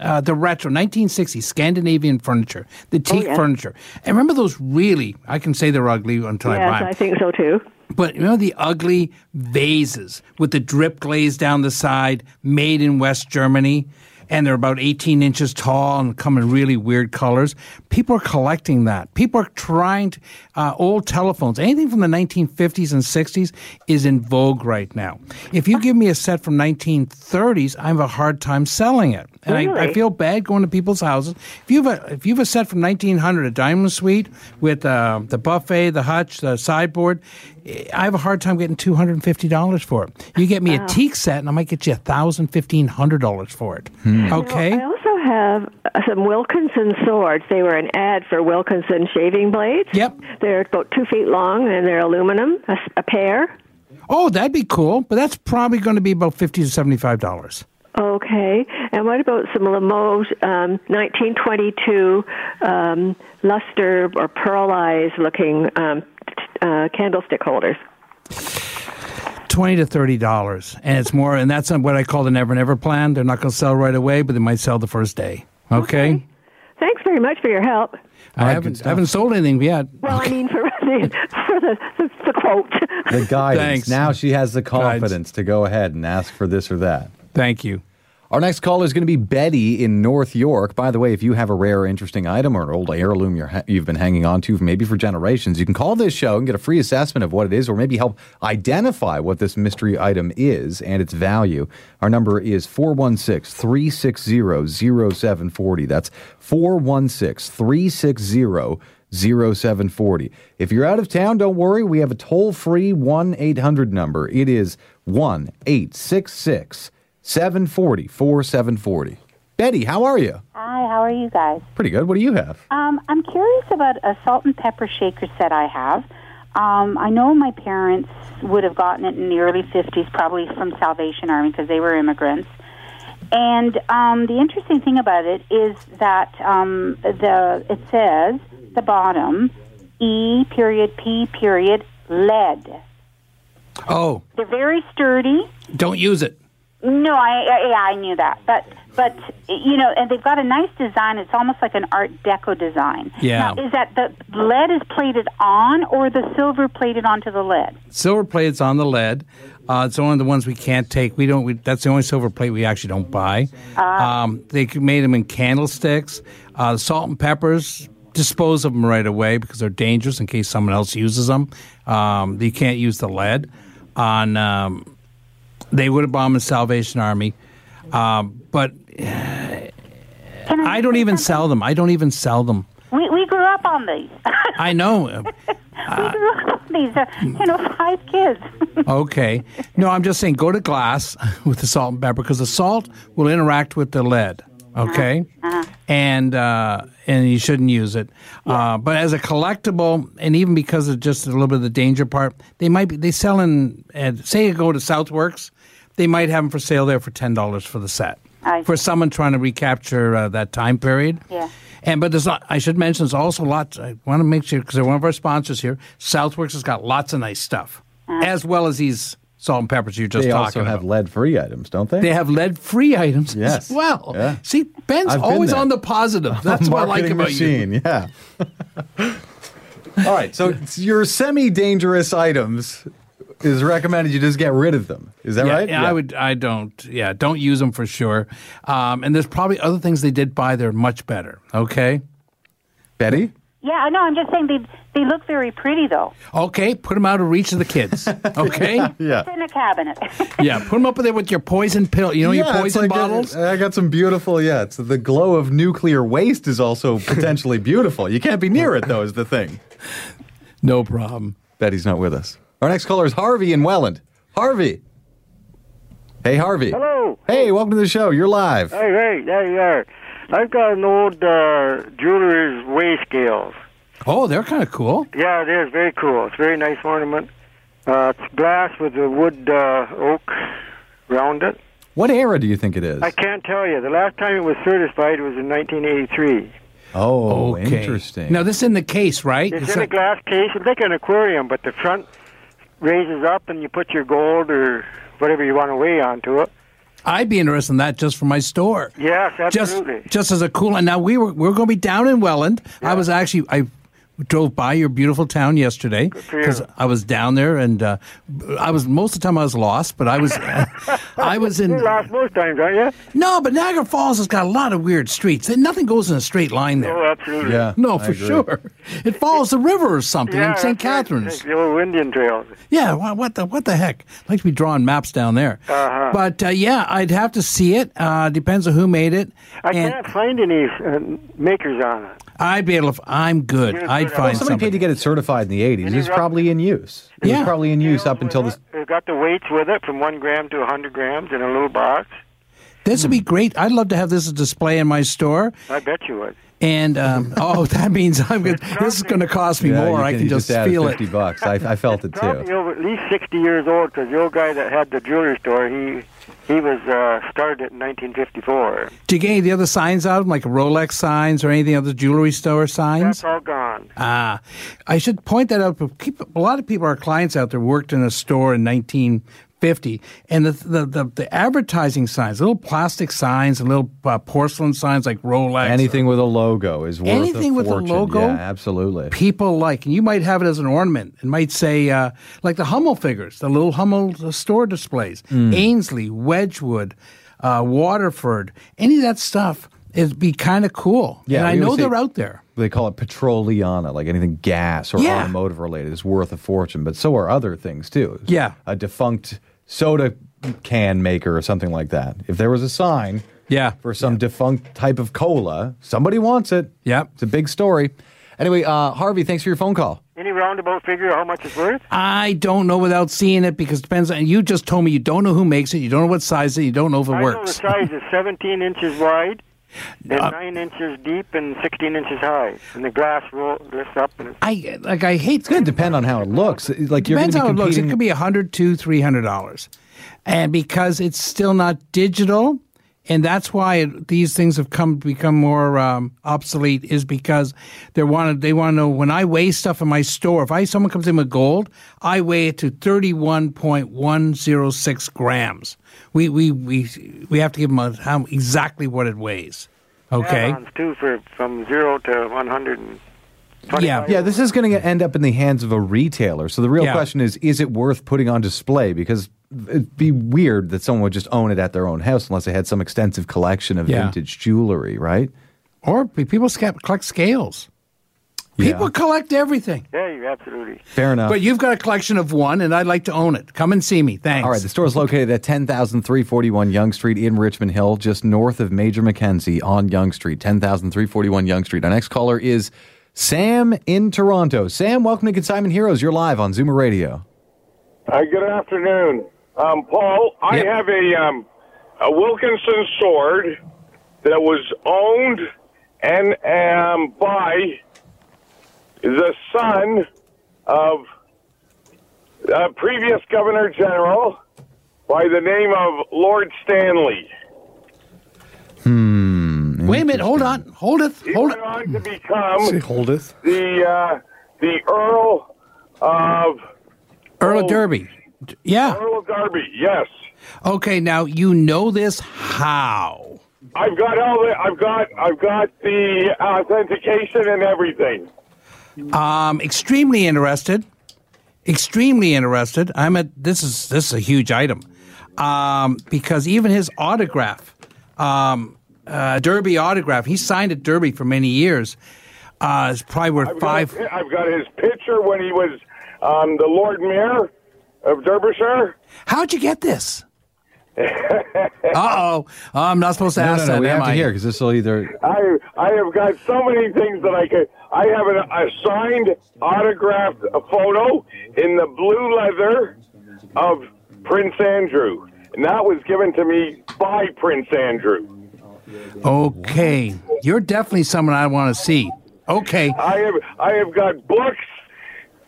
uh, the retro 1960s Scandinavian furniture, the teak
Oh, yeah.
furniture, and remember those really? I can say they're ugly until I buy
Yes,
'em.
I think so too.
But you know the ugly vases with the drip glaze down the side, made in West Germany, and they're about 18 inches tall and come in really weird colors. People are collecting that. People are trying to, uh, old telephones. Anything from the 1950s and 60s is in vogue right now. If you give me a set from 1930s, I have a hard time selling it, and I, I
Really?
feel feel bad going to people's houses. If you've a, if you've a set from 1900, a diamond suite with uh, the buffet, the hutch, the sideboard, eh, I have a hard time getting 250 dollars for it. You get me a teak set, and I might get you a thousand, fifteen hundred dollars for it. Okay.
I also have uh, some Wilkinson swords. They were an ad for Wilkinson shaving blades.
Yep.
They're about two feet long and they're aluminum, a, s- a pair.
Oh, that'd be cool, but that's probably going to be about 50 to 75 dollars.
Okay. And what about some Limoges um, 1922 um, luster or pearlized looking um, t- uh, candlestick holders?
20 to 30 dollars, and it's more, and that's uh, what I call the never never plan. They're not going to sell right away, but they might sell the first day. Okay.
Thanks very much for your help.
I haven't, I haven't sold anything yet.
Well, I mean, for the, for the, the, the quote.
The guidance.
Thanks.
Now she has the
Guidance.
confidence to go ahead and ask for this or that.
Thank you.
Our next caller is going to be Betty in North York. By the way, if you have a rare, interesting item or an old heirloom you're ha- you've been hanging on to, for maybe for generations, you can call this show and get a free assessment of what it is, or maybe help identify what this mystery item is and its value. Our number is 416 360 0740. That's 416 360 0740. If you're out of town, don't worry. We have a toll free 1 800 number. It is 1 866 740 4740. Betty, how are you?
Hi, how are you guys?
Pretty good. What do you have?
Um, I'm curious about a salt and pepper shaker set I have. Um, I know my parents would have gotten it in the early 50s, probably from Salvation Army because they were immigrants. And um, the interesting thing about it is that um, the it says at the bottom E period P period lead.
Oh,
They're very sturdy.
don't use it.
No, I, I yeah, I knew that, but but you know, and they've got a nice design. It's almost like an Art Deco design.
Yeah.
Now, is that the lead is plated on, or the silver plated onto the lead?
Silver plate's on the lead. Uh, it's one of the ones we can't take. We don't. We, that's the only silver plate we actually don't buy. Um, they c- made them in candlesticks. Uh, salt and peppers. Dispose of them right away because they're dangerous in case someone else uses them. Um, you can't use the lead. On um, they would have bombed the Salvation Army, um, but I don't even sell them. I don't even sell them.
We we grew up on these.
I know.
we grew up on these. Uh, you know, five kids.
Okay. No, I'm just saying go to glass with the salt and pepper because the salt will interact with the lead. Okay.
Uh-huh.
And uh, and you shouldn't use it. Uh, but as a collectible, and even because of just a little bit of the danger part, they might be they sell in at, say you go to Southworks, they might have them for sale there for ten dollars for the set
I
for someone trying to recapture uh, that time period.
Yeah.
And but there's not, I should mention there's also lots. I want to make sure because they're one of our sponsors here. Southworks has got lots of nice stuff, as well as these salt and peppers you're just
they
talking
also
about.
have lead free items, don't they?
They have lead-free items
Yes.
as well.
Yeah.
See, Ben's
I've been
always
there.
on the positive. That's what I like
Marketing
about
machine,
you.
Yeah. All right. So it's your semi-dangerous items is recommended. You just get rid of them. Is that
yeah,
right?
Yeah, I would. I don't. Yeah, don't use them for sure. Um, and there's probably other things they did buy. that are much better. Okay,
Betty.
Yeah, I know. I'm just saying they they look very pretty though.
Okay, put them out of reach of the kids. Okay.
It's in a cabinet.
Yeah, put them up there with your poison pill. You know
Yeah,
your
it's
poison
like a-
bottles.
I got some beautiful. Yeah, it's the glow of nuclear waste is also potentially beautiful. You can't be near it though. Is the thing.
No problem.
Betty's not with us. Our next caller is Harvey in Welland. Harvey. Hey, Harvey.
Hello.
Hey, welcome to the show. You're live.
Hey, hey, there you are. I've got an old uh, jeweler's weigh scale.
Oh, they're kind of cool.
Yeah, it is very cool. It's a very nice ornament. Uh, it's glass with a wood uh, oak round it.
What era do you think it is?
I can't tell you. The last time it was certified was in 1983.
Oh,
Okay.
interesting.
Now this is in the case, right?
It's,
It's
in a
like-
glass case. It's like an aquarium, but the front raises up, and you put your gold or whatever you want to weigh onto it.
I'd be interested in that just for my store.
Yes,
Just,
absolutely.
just as a cool. And now we were we are going to be down in Welland. I was actually I drove by your beautiful town yesterday
for you.
because I was down there and uh, I was most of the time I was lost, but I was I was in
You're lost most times, aren't you?
no, but Niagara Falls has got a lot of weird streets. Nothing goes in a straight line there.
Oh, absolutely.
Yeah,
No,
I
for
agree.
sure. It follows the river or something
Yeah,
in St.
that's right.
Catharines.
The old Indian trails.
Yeah, wha- what the what the heck? I'd like to be drawing maps down there.
Uh-huh.
But uh, yeah, I'd have to see it. Uh, depends on who made it.
I
and
can't find any uh, makers on it.
I'd be able to. f- I'm good.
You're
I'd
good.
Well,
find
somebody
something.
paid to get it certified in the 80s.
And
It's
you rub-
probably in use. It
Yeah.
was probably in use up until this.
They've got the weights with it from one gram to 100 grams in a little box.
This
Hmm.
would be great. I'd love to have this display in my store.
I bet you would.
And um, oh, that means I'm gonna, this is going to cost me
Yeah,
more.
Uh, you
I
you
can just,
add
feel
50
it.
bucks. I, I felt it
Probably
too.
over at least 60 years old because the old guy that had the jewelry store, he he was uh, started in 1954.
Do you get any of the other signs out, of 'em, like Rolex signs or anything other jewelry store signs?
That's all gone.
Ah, I should point that out. But keep, a lot of people, our clients out there, worked in a store in 1950, and the the, the, the advertising signs, little plastic signs, and little uh, porcelain signs like Rolex.
Anything with a logo is worth
Anything
a
with a
fortune.
logo?
Yeah, absolutely.
people like, and you might have it as an ornament. It might say uh,
Hmm.
like the Hummel figures, the little Hummel store displays, Ainsley, Wedgwood. uh, Waterford, any of that stuff, it'd be kind of cool.
Yeah,
and I
we would
know
say-
they're out there.
They call it petroliana, like anything gas or
Yeah.
automotive related is worth a fortune, but so are other things too.
Yeah.
A defunct soda can maker or something like that. If there was a sign
yeah.
for some defunct type of cola, somebody wants it.
Yeah.
It's a big story. Anyway, uh, Harvey, thanks for your phone call.
Any roundabout figure how much it's worth?
I don't know without seeing it because it depends on. You just told me you don't know who makes it, you don't know what size it, you don't know if it
I know the
works. Uh,
size is 17 inches wide and 9 inches deep and 16 inches high. And the glass roll lifts up and it's
I like. I hate. It's
going to depend on how it looks. Like you're
Depends
gonna
how
be
it looks. It
competing-
could be a hundred, two, three hundred dollars, and because it's still not digital, and that's why it, these things have come become more um, obsolete. Is because they want they want to know when I weigh stuff in my store. If I someone comes in with gold, I weigh it to thirty one point one zero six grams. We we we we have to give them a, how exactly what it weighs. Okay.
add-ons too for from 0 to 100 and
Yeah.
Yeah, this is going to end up in the hands of a retailer. So the real
Yeah.
question is is it worth putting on display? Because it'd be weird that someone would just own it at their own house unless they had some extensive collection of
Yeah.
vintage jewelry, right?
Or pe- people sca- collect scales. People collect everything.
Yeah, you absolutely.
Fair enough.
But you've got a collection of one, and I'd like to own it. Come and see me. Thanks.
All right, the store is located at 10341 Young Street in Richmond Hill, just north of Major Mackenzie on Young Street, 10341 Young Street. Our next caller is Sam in Toronto. Sam, welcome to Consignment Heroes. You're live on Zoomer Radio.
Uh, good afternoon, um, Paul. I have a um, a Wilkinson sword that was owned and um, by the son of a previous Governor General by the name of Lord Stanley.
Hmm.
Wait a minute. Hold on. Hold it. Hold it.
to become the uh, the Earl of
Earl of Derby. Yeah.
Earl of Derby. Yes.
Okay, now you know this how?
I've got all the. I've got. I've got the authentication and everything.
Um, extremely interested. Extremely interested. I'm at this is this is a huge item. Um, because even his autograph, um, uh, Derby autograph, he signed at Derby for many years. Uh, it's probably worth five.
Got, I've got his picture when he was um, the Lord Mayor of Derbyshire.
How'd you get this? uh oh, I'm not supposed to
no,
ask
no,
that.
we
am
have to
I?
hear because this will either
I I have got so many things that I could. I have an, a signed, autographed photo in the blue leather of Prince Andrew, and that was given to me by Prince Andrew.
Okay, you're definitely someone I want to see. Okay,
I have I have got books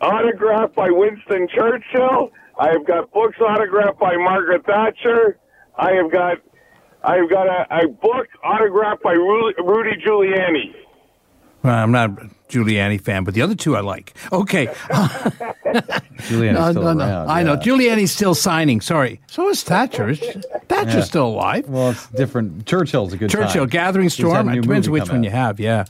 autographed by Winston Churchill. I have got books autographed by Margaret Thatcher. I have got I have got a, a book autographed by Ru- Rudy Giuliani.
well, I'm not a Giuliani fan, but the other two I like. Okay,
Julian is
No,
still
no, no.
around.
I know
yeah.
Giuliani's still signing. Sorry, so is Thatcher. Is- Thatcher's
Yeah.
still alive.
Well, it's different. Churchill's a good
Churchill,
time.
Gathering
He's had a
Storm.
new
It depends
movie
which
come
one you
out.
have. Yeah,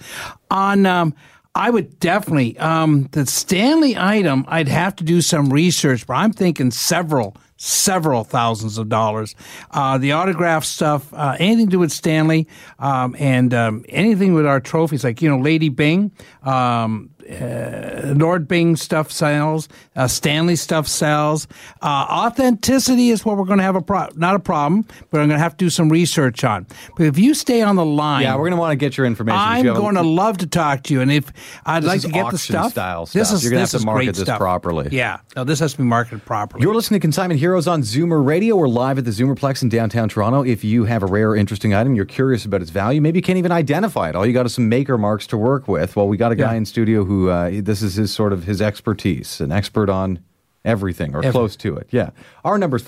on. Um, I would definitely um, the Stanley item. I'd have to do some research, but I'm thinking several, several thousands of dollars. Uh, the autograph stuff, uh, anything to do with Stanley, um, and um, anything with our trophies, like you know, Lady Bing, um, uh, Lord Bing stuff sells, uh, Stanley stuff sells. Uh, authenticity is what we're going to have a pro- not a problem, but I'm going to have to do some research on. But if you stay on the line,
Yeah, we're going to want to get your information. if
I'm
you have a-
going to love to talk to you, and if I'd
This
like
is
to get the
auction
stuff,
style
this
stuff.
is
You're gonna have
this
to
is
market
great
this
stuff.
properly.
Yeah, no, this has to be marketed properly.
You're listening to Consignment Heroes on Zoomer Radio. We're live at the Zoomerplex in downtown Toronto. If you have a rare or interesting item, you're curious about its value, maybe you can't even identify it. All you got is some maker marks to work with. Well, we got a guy
Yeah.
in studio who uh, this is his sort of his expertise, an expert on everything or
Everything.
close to it. Yeah. Our number is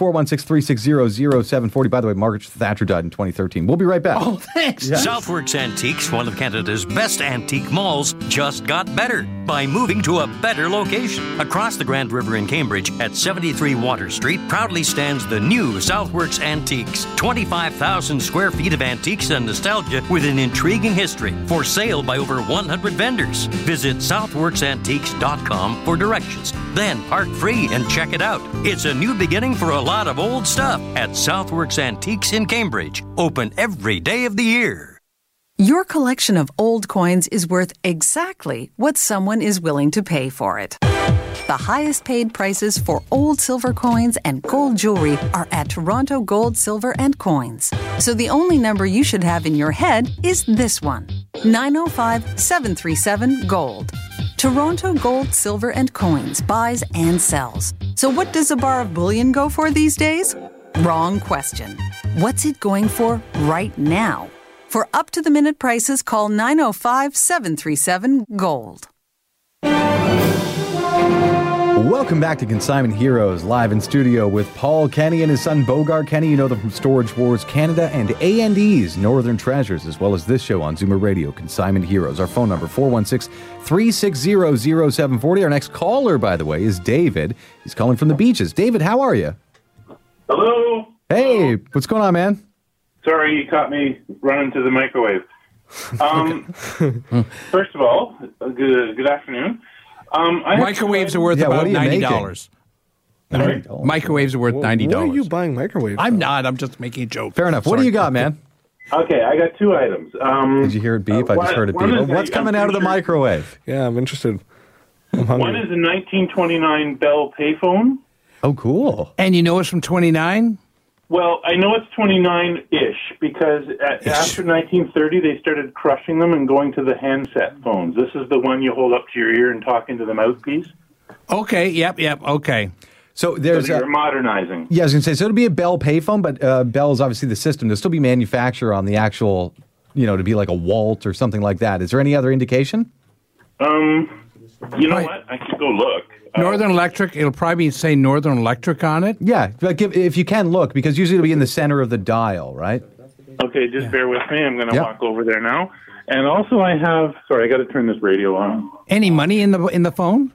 416-360-0740. By the way, Margaret Thatcher died in 2013. We'll be right back.
Oh, thanks.
Southwarks Antiques, one of Canada's best antique malls, just got better by moving to a better location. Across the Grand River in Cambridge at 73 Water Street proudly stands the new Southworks Antiques. 25,000 square feet of antiques and nostalgia with an intriguing history. For sale by over 100 vendors. Visit southworksantiques.com for directions. Then park free TV and check it out. It's a new beginning for a lot of old stuff at Southworks Antiques in Cambridge. Open every day of the year.
Your collection of old coins is worth exactly what someone is willing to pay for it. The highest paid prices for old silver coins and gold jewelry are at Toronto Gold, Silver, and Coins. So the only number you should have in your head is this one 905 737 Gold. Toronto Gold, Silver, and Coins buys and sells. So what does a bar of bullion go for these days? Wrong question. What's it going for right now? For up to the minute prices, call 905 737 Gold.
Welcome back to Consignment Heroes, live in studio with Paul Kenny and his son Bogart Kenny. You know them from Storage Wars Canada and A&E's Northern Treasures, as well as this show on Zoomer Radio, Consignment Heroes. Our phone number, 416-360-0740. Our next caller, by the way, is David. He's calling from the beaches. David, how are you?
Hello.
Hey, what's going on, man?
Sorry, you caught me running to the microwave. Um, first of all, good good afternoon. Um, I have-
Microwaves are worth
Yeah, what
about
are you
ninety
making?
dollars. Microwaves are worth ninety
Why
dollars.
are you buying microwaves?
I'm not. I'm just making a joke. Fair
enough. What do you got, man?
Okay, I got two items. Um,
Did you hear it
Uh,
beep? I just
one-
heard it
one
beep.
is
Oh, What's
a-
coming out of the
I'm
microwave?
Yeah, I'm interested. I'm hungry.
One is a 1929 Bell payphone.
Oh, cool.
And you know it's from 29?
Well, I know it's 29-ish because at, after 1930 they started crushing them and going to the handset phones. This is the one you hold up to your ear and talk into the mouthpiece.
Okay. Yep. Yep. Okay.
So there's
so
a-
you're modernizing.
Yeah, I was going to say, so it'll be a Bell payphone, but uh, Bell is obviously the system. There'll still be manufacturer on the actual, you know, to be like a Walt or something like that. Is there any other indication?
Um, you know what? I could go look.
Northern Electric. It'll probably say Northern Electric on it.
Yeah, but give, if you can look, because usually it'll be in the center of the dial, right?
Okay, just bear with me. I'm going to walk over there now. And also, I have. Sorry, I got to turn this radio on.
Any money in the in the phone?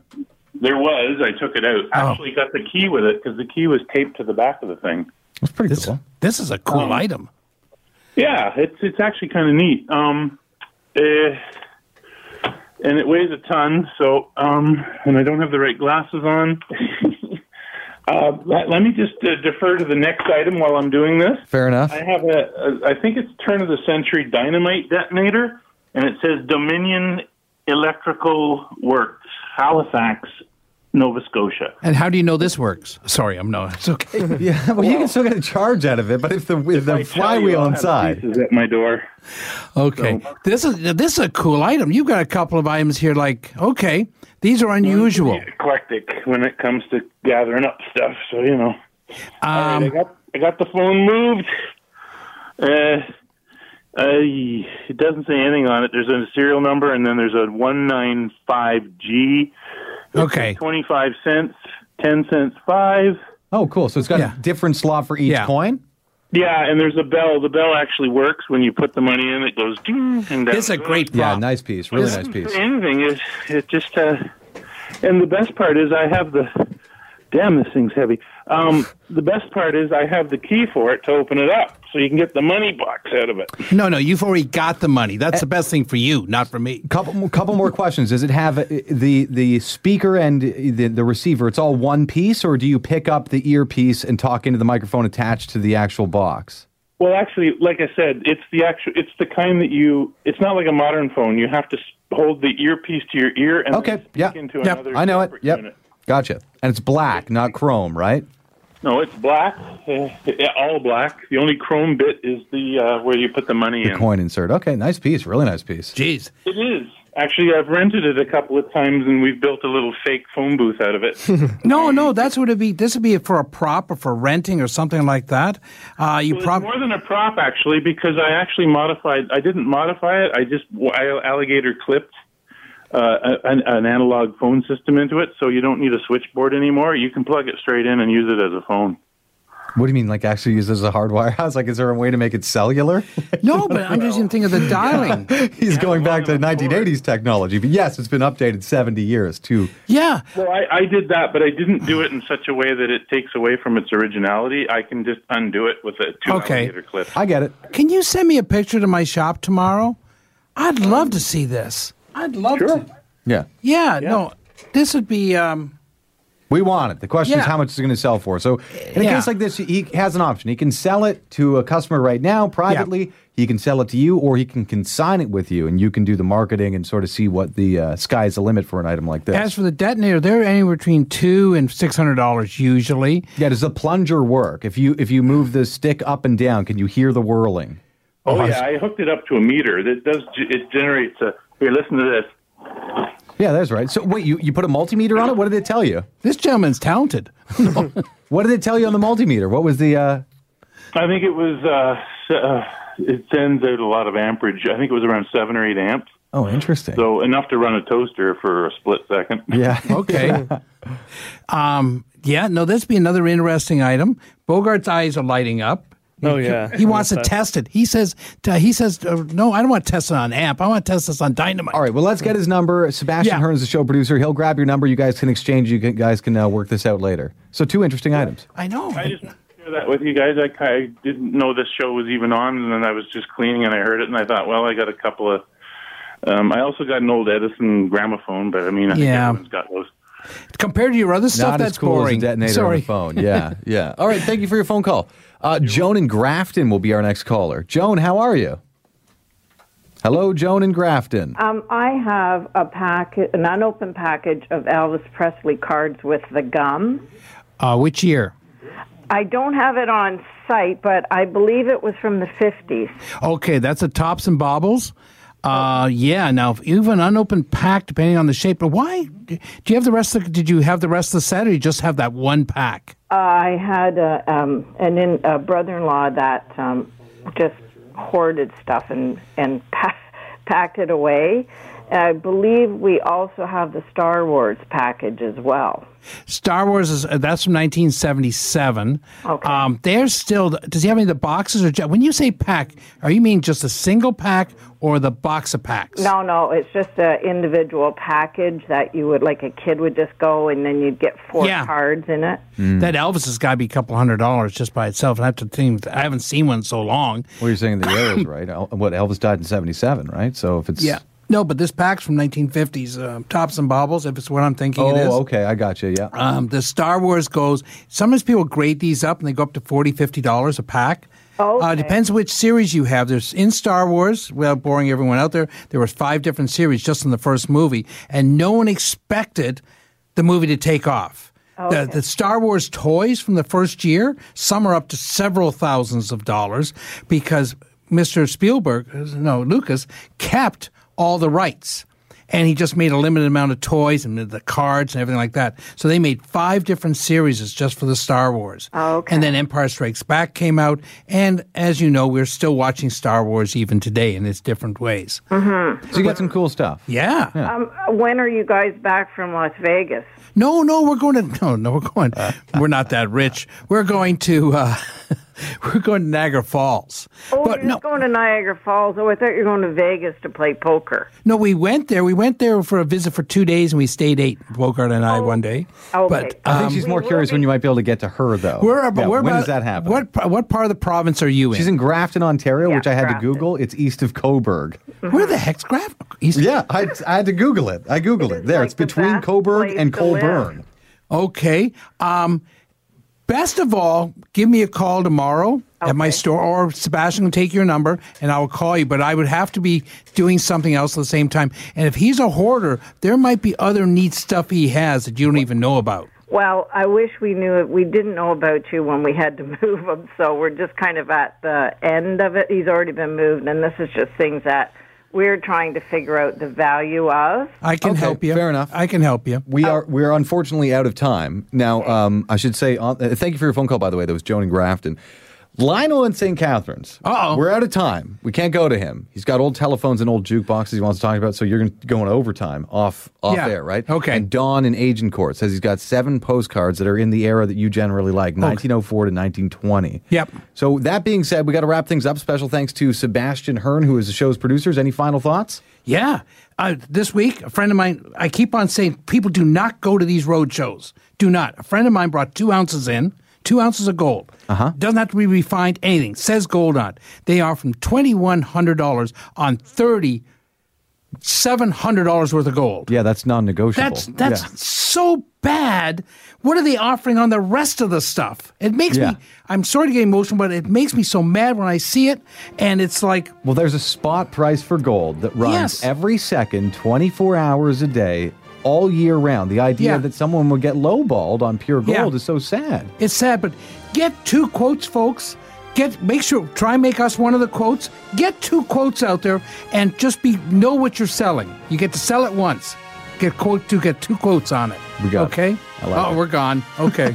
There was. I took it out.
Oh.
Actually, got the key with it because the key was taped to the back of the thing. Um,
That's pretty
this, cool. This is a cool item.
Yeah, it's it's actually kind of neat. Um, eh, and it weighs a ton. So, um, and I don't have the right glasses on. uh, let, let me just uh, defer to the next item while I'm doing this.
Fair enough.
I have a, a I think it's turn of the century dynamite detonator, and it says Dominion Electrical Works, Halifax, Nova Scotia.
And how do you know this works? Sorry, I'm no. It's okay.
yeah, well, you can still get a charge out of it, but if the if the flywheel inside.
Is at my door.
Okay. This is this is a cool item. You've got a couple of items here. Like, okay, these are unusual.
Eclectic when it comes to gathering up stuff, so you know.
Um,
All right, I got I got the phone moved. Uh, I, it doesn't say anything on it. There's a serial number, and then there's a one nine five G.
Okay.
Twenty five cents, ten cents five.
Oh, cool. So it's got a different slot for each coin?
Yeah, and there's a bell. The bell actually works when you put the money in. It goes ding. And
This is a
great
Yeah, nice piece. Really nice piece.
Anything is it just uh, and the best part is I have the damn this thing's heavy. Um, the best part is I have the key for it to open it up, so you can get the money box out of it.
No, no, you've already got the money. That's the best thing for you, not for me.
Couple, mo- couple more questions. Does it have uh, the the speaker and the, the receiver? It's all one piece, or do you pick up the earpiece and talk into the microphone attached to the actual box?
Well, actually, like I said, it's the actual. It's the kind that you. It's not like a modern phone. You have to s- hold the earpiece to your ear and
Okay.
speak
Yeah.
into
Yep.
another.
I know it.
separate
Yep.
unit.
Gotcha. And it's black, not chrome, right?
No, it's black. Uh, yeah, all black. The only chrome bit is the uh, where you put the money in.
Coin insert. Okay. Nice piece. Really nice piece.
Jeez.
It is. Actually, I've rented it a couple of times and we've built a little fake phone booth out of it.
No, no, that's what it'd be. This would be for a prop or for renting or something like that. Uh, you
Well, it's
probably
more than a prop, actually, because I actually modified. I didn't modify it. I just I alligator clipped uh, an, an analog phone system into it, so you don't need a switchboard anymore. You can plug it straight in and use it as a phone.
What do you mean, like actually use this as a hard wire? I was like, is there a way to make it cellular?
no, but I'm just thinking of the dialing.
He's going back to 1980s technology. But yes, it's been updated 70 years to.
Yeah.
Well, I, I did that, but I didn't do it in such a way that it takes away from its originality. I can just undo it with a two
Okay.
alligator clip.
I get it.
Can you send me a picture to my shop tomorrow? I'd love to see this. I'd love to.
Yeah.
Yeah, no, this would be. Um,
We want it. The question is
Yeah.
how much it's going to sell for. So in a
Yeah.
case like this, he has an option. He can sell it to a customer right now privately. He can sell it to you, or he can consign it with you, and you can do the marketing and sort of see what the uh, sky's the limit for an item like this.
As for the detonator, they're anywhere between two and six hundred dollars usually.
Yeah, does the plunger work? If you if you move the stick up and down, can you hear the whirling?
Oh, yeah, I hooked it up to a meter. That does ge- it generates a here. Listen to this.
Yeah, that's right. So wait, you, you put a multimeter on it? What did it tell you?
This gentleman's talented.
what did it tell you on the multimeter? What was the uh,
I think it was. Uh, s- uh, it sends out a lot of amperage. I think it was around seven or eight amps.
Oh, interesting.
So enough to run a toaster for a split second.
Yeah.
Okay. um, yeah. No, this would be another interesting item. Bogart's eyes are lighting up.
Oh,
He-
yeah.
He wants to
That's-
test it. He says. uh, He says, uh, "No, I don't want to test it on amp. I want to test this on dynamite." All
right. Well, let's get his number. Sebastian
Yeah.
Hearn's the show producer. He'll grab your number. You guys can exchange. You can- guys can uh, work this out later. So two interesting items.
I know.
I just wanted to share that with you guys. I, ki- I didn't know this show was even on, and then I was just cleaning and I heard it, and I thought, well, I got a couple of. Um, I also got an old Edison gramophone, but I mean, I think
Yeah.
everyone's got those.
Compared to your other stuff,
Not
that's
as cool
boring.
as a detonator
Sorry.
on the phone. Yeah, yeah. All right. Thank you for your phone call. Uh, Joan in Grafton will be our next caller. Joan, how are you? Hello, Joan in Grafton.
Um, I have a packet, an unopened package of Elvis Presley cards with the gum.
Uh, which year?
I don't have it on site, but I believe it was from the 50s.
Okay, that's the tops and bobbles. Uh, yeah. Now, if you have an unopened pack, depending on the shape. But why? Do you have the rest of? the- Did you have the rest of the set, or you just have that one pack?
I had a, um, an in, a brother-in-law that um, just hoarded stuff and and pa- packed it away. And I believe we also have the Star Wars package as well.
Star Wars is uh, that's from 1977. Okay. Um, they're still. Does he have any of the boxes or ju- when you say pack, are you mean just a single pack or the box of packs?
No, no, it's just an individual package that you would like a kid would just go and then you'd get four
Yeah.
cards in it.
Hmm.
That Elvis has got to be a couple hundred dollars just by itself. And I have to think. I haven't seen one in so long.
Well, you're saying the year is right. El- What Elvis died in '77, right? So if it's
Yeah. No, but this pack's from 1950s. Uh, tops and bobbles, if it's what I'm thinking it is.
Oh, okay. I got you. Yeah.
Um, the Star Wars goes. Sometimes people grade these up and they go up to forty, fifty dollars a pack. Oh, uh, depends which series you have. There's in Star Wars, without boring everyone out there, there was five different series just in the first movie, and no one expected the movie to take off. The, the Star Wars toys from the first year, some are up to several thousands of dollars because Mr. Spielberg, no, Lucas, kept all the rights and he just made a limited amount of toys and the cards and everything like that. So they made five different series just for the Star Wars. Oh, okay. And then Empire Strikes Back came out, and as you know, we're still watching Star Wars even today in its different ways.
Mm-hmm.
So you got some cool stuff.
Yeah.
Um, when are you guys back from Las Vegas?
No, no, we're going to no, no, we're going. we're not that rich. We're going to uh, we're going to Niagara Falls.
Oh, you're just going to Niagara Falls. Oh, I thought you were going to Vegas to play poker.
No, we went there. We went there for a visit for two days, and we stayed eight. Bogart and I one day.
Okay.
But
Oh.
um,
I think she's more curious when you might be able to get to her, though.
We're ab-
Yeah,
we're
when
about-
does that happen?
What what part of the province are you in?
She's in Grafton, Ontario, which I had to Google. It's east of Coburg.
Where the heck's Grafton? East
yeah, I, I had to Google it. I Googled it. There, it's between Coburg and
to live.
Colburn.
Okay. Um, best of all, give me a call tomorrow at my store, or Sebastian will take your number and I will call you. But I would have to be doing something else at the same time. And if he's a hoarder, there might be other neat stuff he has that you don't even know about.
Well, I wish we knew it. We didn't know about you when we had to move him, so we're just kind of at the end of it. He's already been moved, and this is just things that we're trying to figure out the value of.
I can help you. Fair enough. I can help you.
We are we are unfortunately out of time now. Um, I should say on, uh, thank you for your phone call. By the way, that was Joan and Grafton, Lionel and St. Catharines. Uh oh, we're out of time. We can't go to him. He's got old telephones and old jukeboxes he wants to talk about. So you're going going overtime off off
Yeah.
air, right? Okay. And Dawn in Agincourt says he's got seven postcards that are in the era that you generally like, 1904 to 1920.
Yep.
So that being said, we got to wrap things up. Special thanks to Sebastian Hearn, who is the show's producers. Any final thoughts?
Yeah. Uh, this week, a friend of mine, I keep on saying people do not go to these road shows. Do not. A friend of mine brought two ounces in, two ounces of gold. Uh-huh. Doesn't have to be refined, anything. Says gold on. it. They are from $2,100 on 30 seven hundred dollars worth of gold.
Yeah, that's non-negotiable.
That's that's
Yeah.
so bad. What are they offering on the rest of the stuff? It makes
Yeah.
me. I'm sorry to get emotional, but it makes me so mad when I see it, and it's like
Well, there's a spot price for gold that runs
Yes.
every second, 24 hours a day, all year round. The idea
Yeah.
that someone would get lowballed on pure
Yeah.
gold is so sad.
It's sad, but get two quotes, folks. Get make sure try and make us one of the quotes. Get two quotes out there and just be know what you're selling. You get to sell it once. Get quote two, get two quotes on it.
We got it.
okay.
I like
oh,
it.
we're gone. Okay.